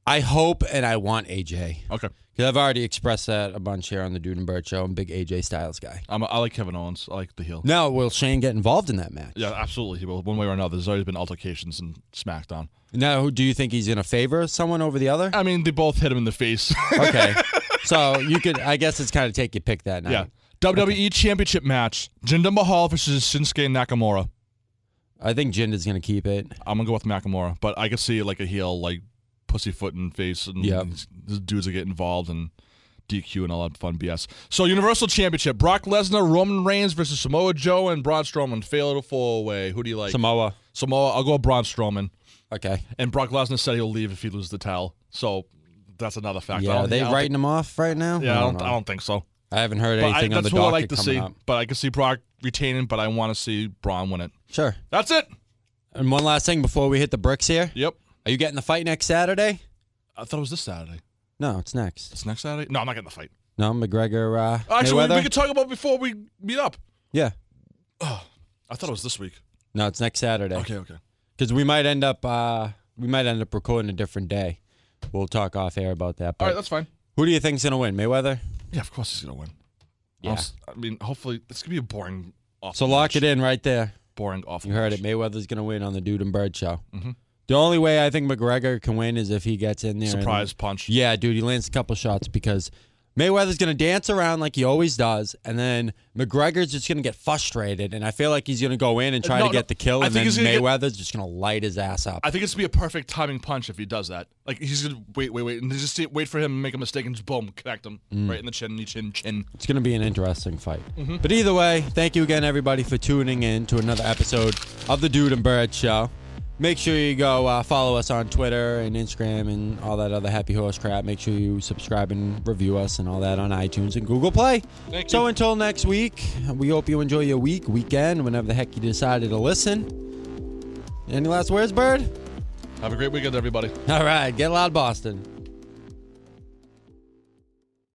I hope and I want AJ
Okay.
because I've already expressed that a bunch here on the Dude and Bird Show. I'm a big AJ Styles guy.
I'm, I like Kevin Owens. I like the heel.
Now, will Shane get involved in that match?
Yeah, absolutely. He will, one way or another. There's already been altercations in SmackDown.
Now, who do you think he's gonna favor someone over the other?
I mean, they both hit him in the face. [laughs]
Okay. so you could, I guess, it's kind of take your pick that night.
yeah. WWE Championship match: Jinder Mahal versus Shinsuke Nakamura.
I think Jinda's gonna keep it.
I'm gonna go with Nakamura, but I could see like a heel like pussyfoot and face, and
Yeah.
these, these dudes will get involved and DQ and all that fun BS. So Universal Championship: Brock Lesnar, Roman Reigns versus Samoa Joe and Braun Strowman. Fatal four way. Who do you like?
Samoa.
Samoa. I'll go with Braun Strowman.
Okay.
And Brock Lesnar said he'll leave if he loses the towel. So that's another fact. I
Yeah,
don't-
are they
I don't
writing him off right now?
Think, yeah, I don't,
know.
I don't think so.
I haven't heard
But I,
anything on the
that's what I
docket
like to
coming
see.
up.
But I can see Brock retaining, but I want to see Braun win it.
Sure.
That's it.
And one last thing before we hit the bricks here.
Yep.
Are you getting the fight next Saturday?
I thought it was this Saturday.
No, it's next.
It's next Saturday. No, I'm not getting the fight.
No, McGregor. Uh,
Oh, Actually, we,
Mayweather?
we could talk about before we meet up.
yeah.
I thought it was this week.
No, it's next Saturday.
Okay, okay.
Because we might end up, uh, we might end up recording a different day. We'll talk off air about that. But
All right, that's fine.
who do you think's gonna win, Mayweather?
Yeah, of course he's gonna win.
Yeah.
I'll s- I mean, hopefully it's gonna be a boring.
So
Awful
lock it in right there.
Boring, awful.
You heard it.
match.
Mayweather's gonna win on the Dude and Bird show.
Mhm.
The only way I think McGregor can win is if he gets in there. and-
Surprise punch.
Yeah, dude, he lands a couple shots because Mayweather's gonna dance around like he always does, and then McGregor's just gonna get frustrated, and I feel like he's gonna go in and try
No,
to
no,
get the kill,
I
and
think
then
he's gonna get-
Mayweather's just gonna light his ass up.
I think it's gonna be a perfect timing punch if he does that. Like he's gonna wait, wait, wait, and just see, wait for him to make a mistake and just boom, connect him
Mm.
right in the chin, knee, chin, chin.
It's going to be an interesting fight.
Mm-hmm.
But either way, thank you again, everybody, for tuning in to another episode of the Dude and Bird Show. Make sure you go uh, follow us on Twitter and Instagram and all that other happy horse crap. Make sure you subscribe and review us and all that on iTunes and Google Play.
Thank
so
you.
until next week, we hope you enjoy your week, weekend, whenever the heck you decided to listen. Any last words, Bird?
Have a great weekend, everybody.
All right, get loud, Boston.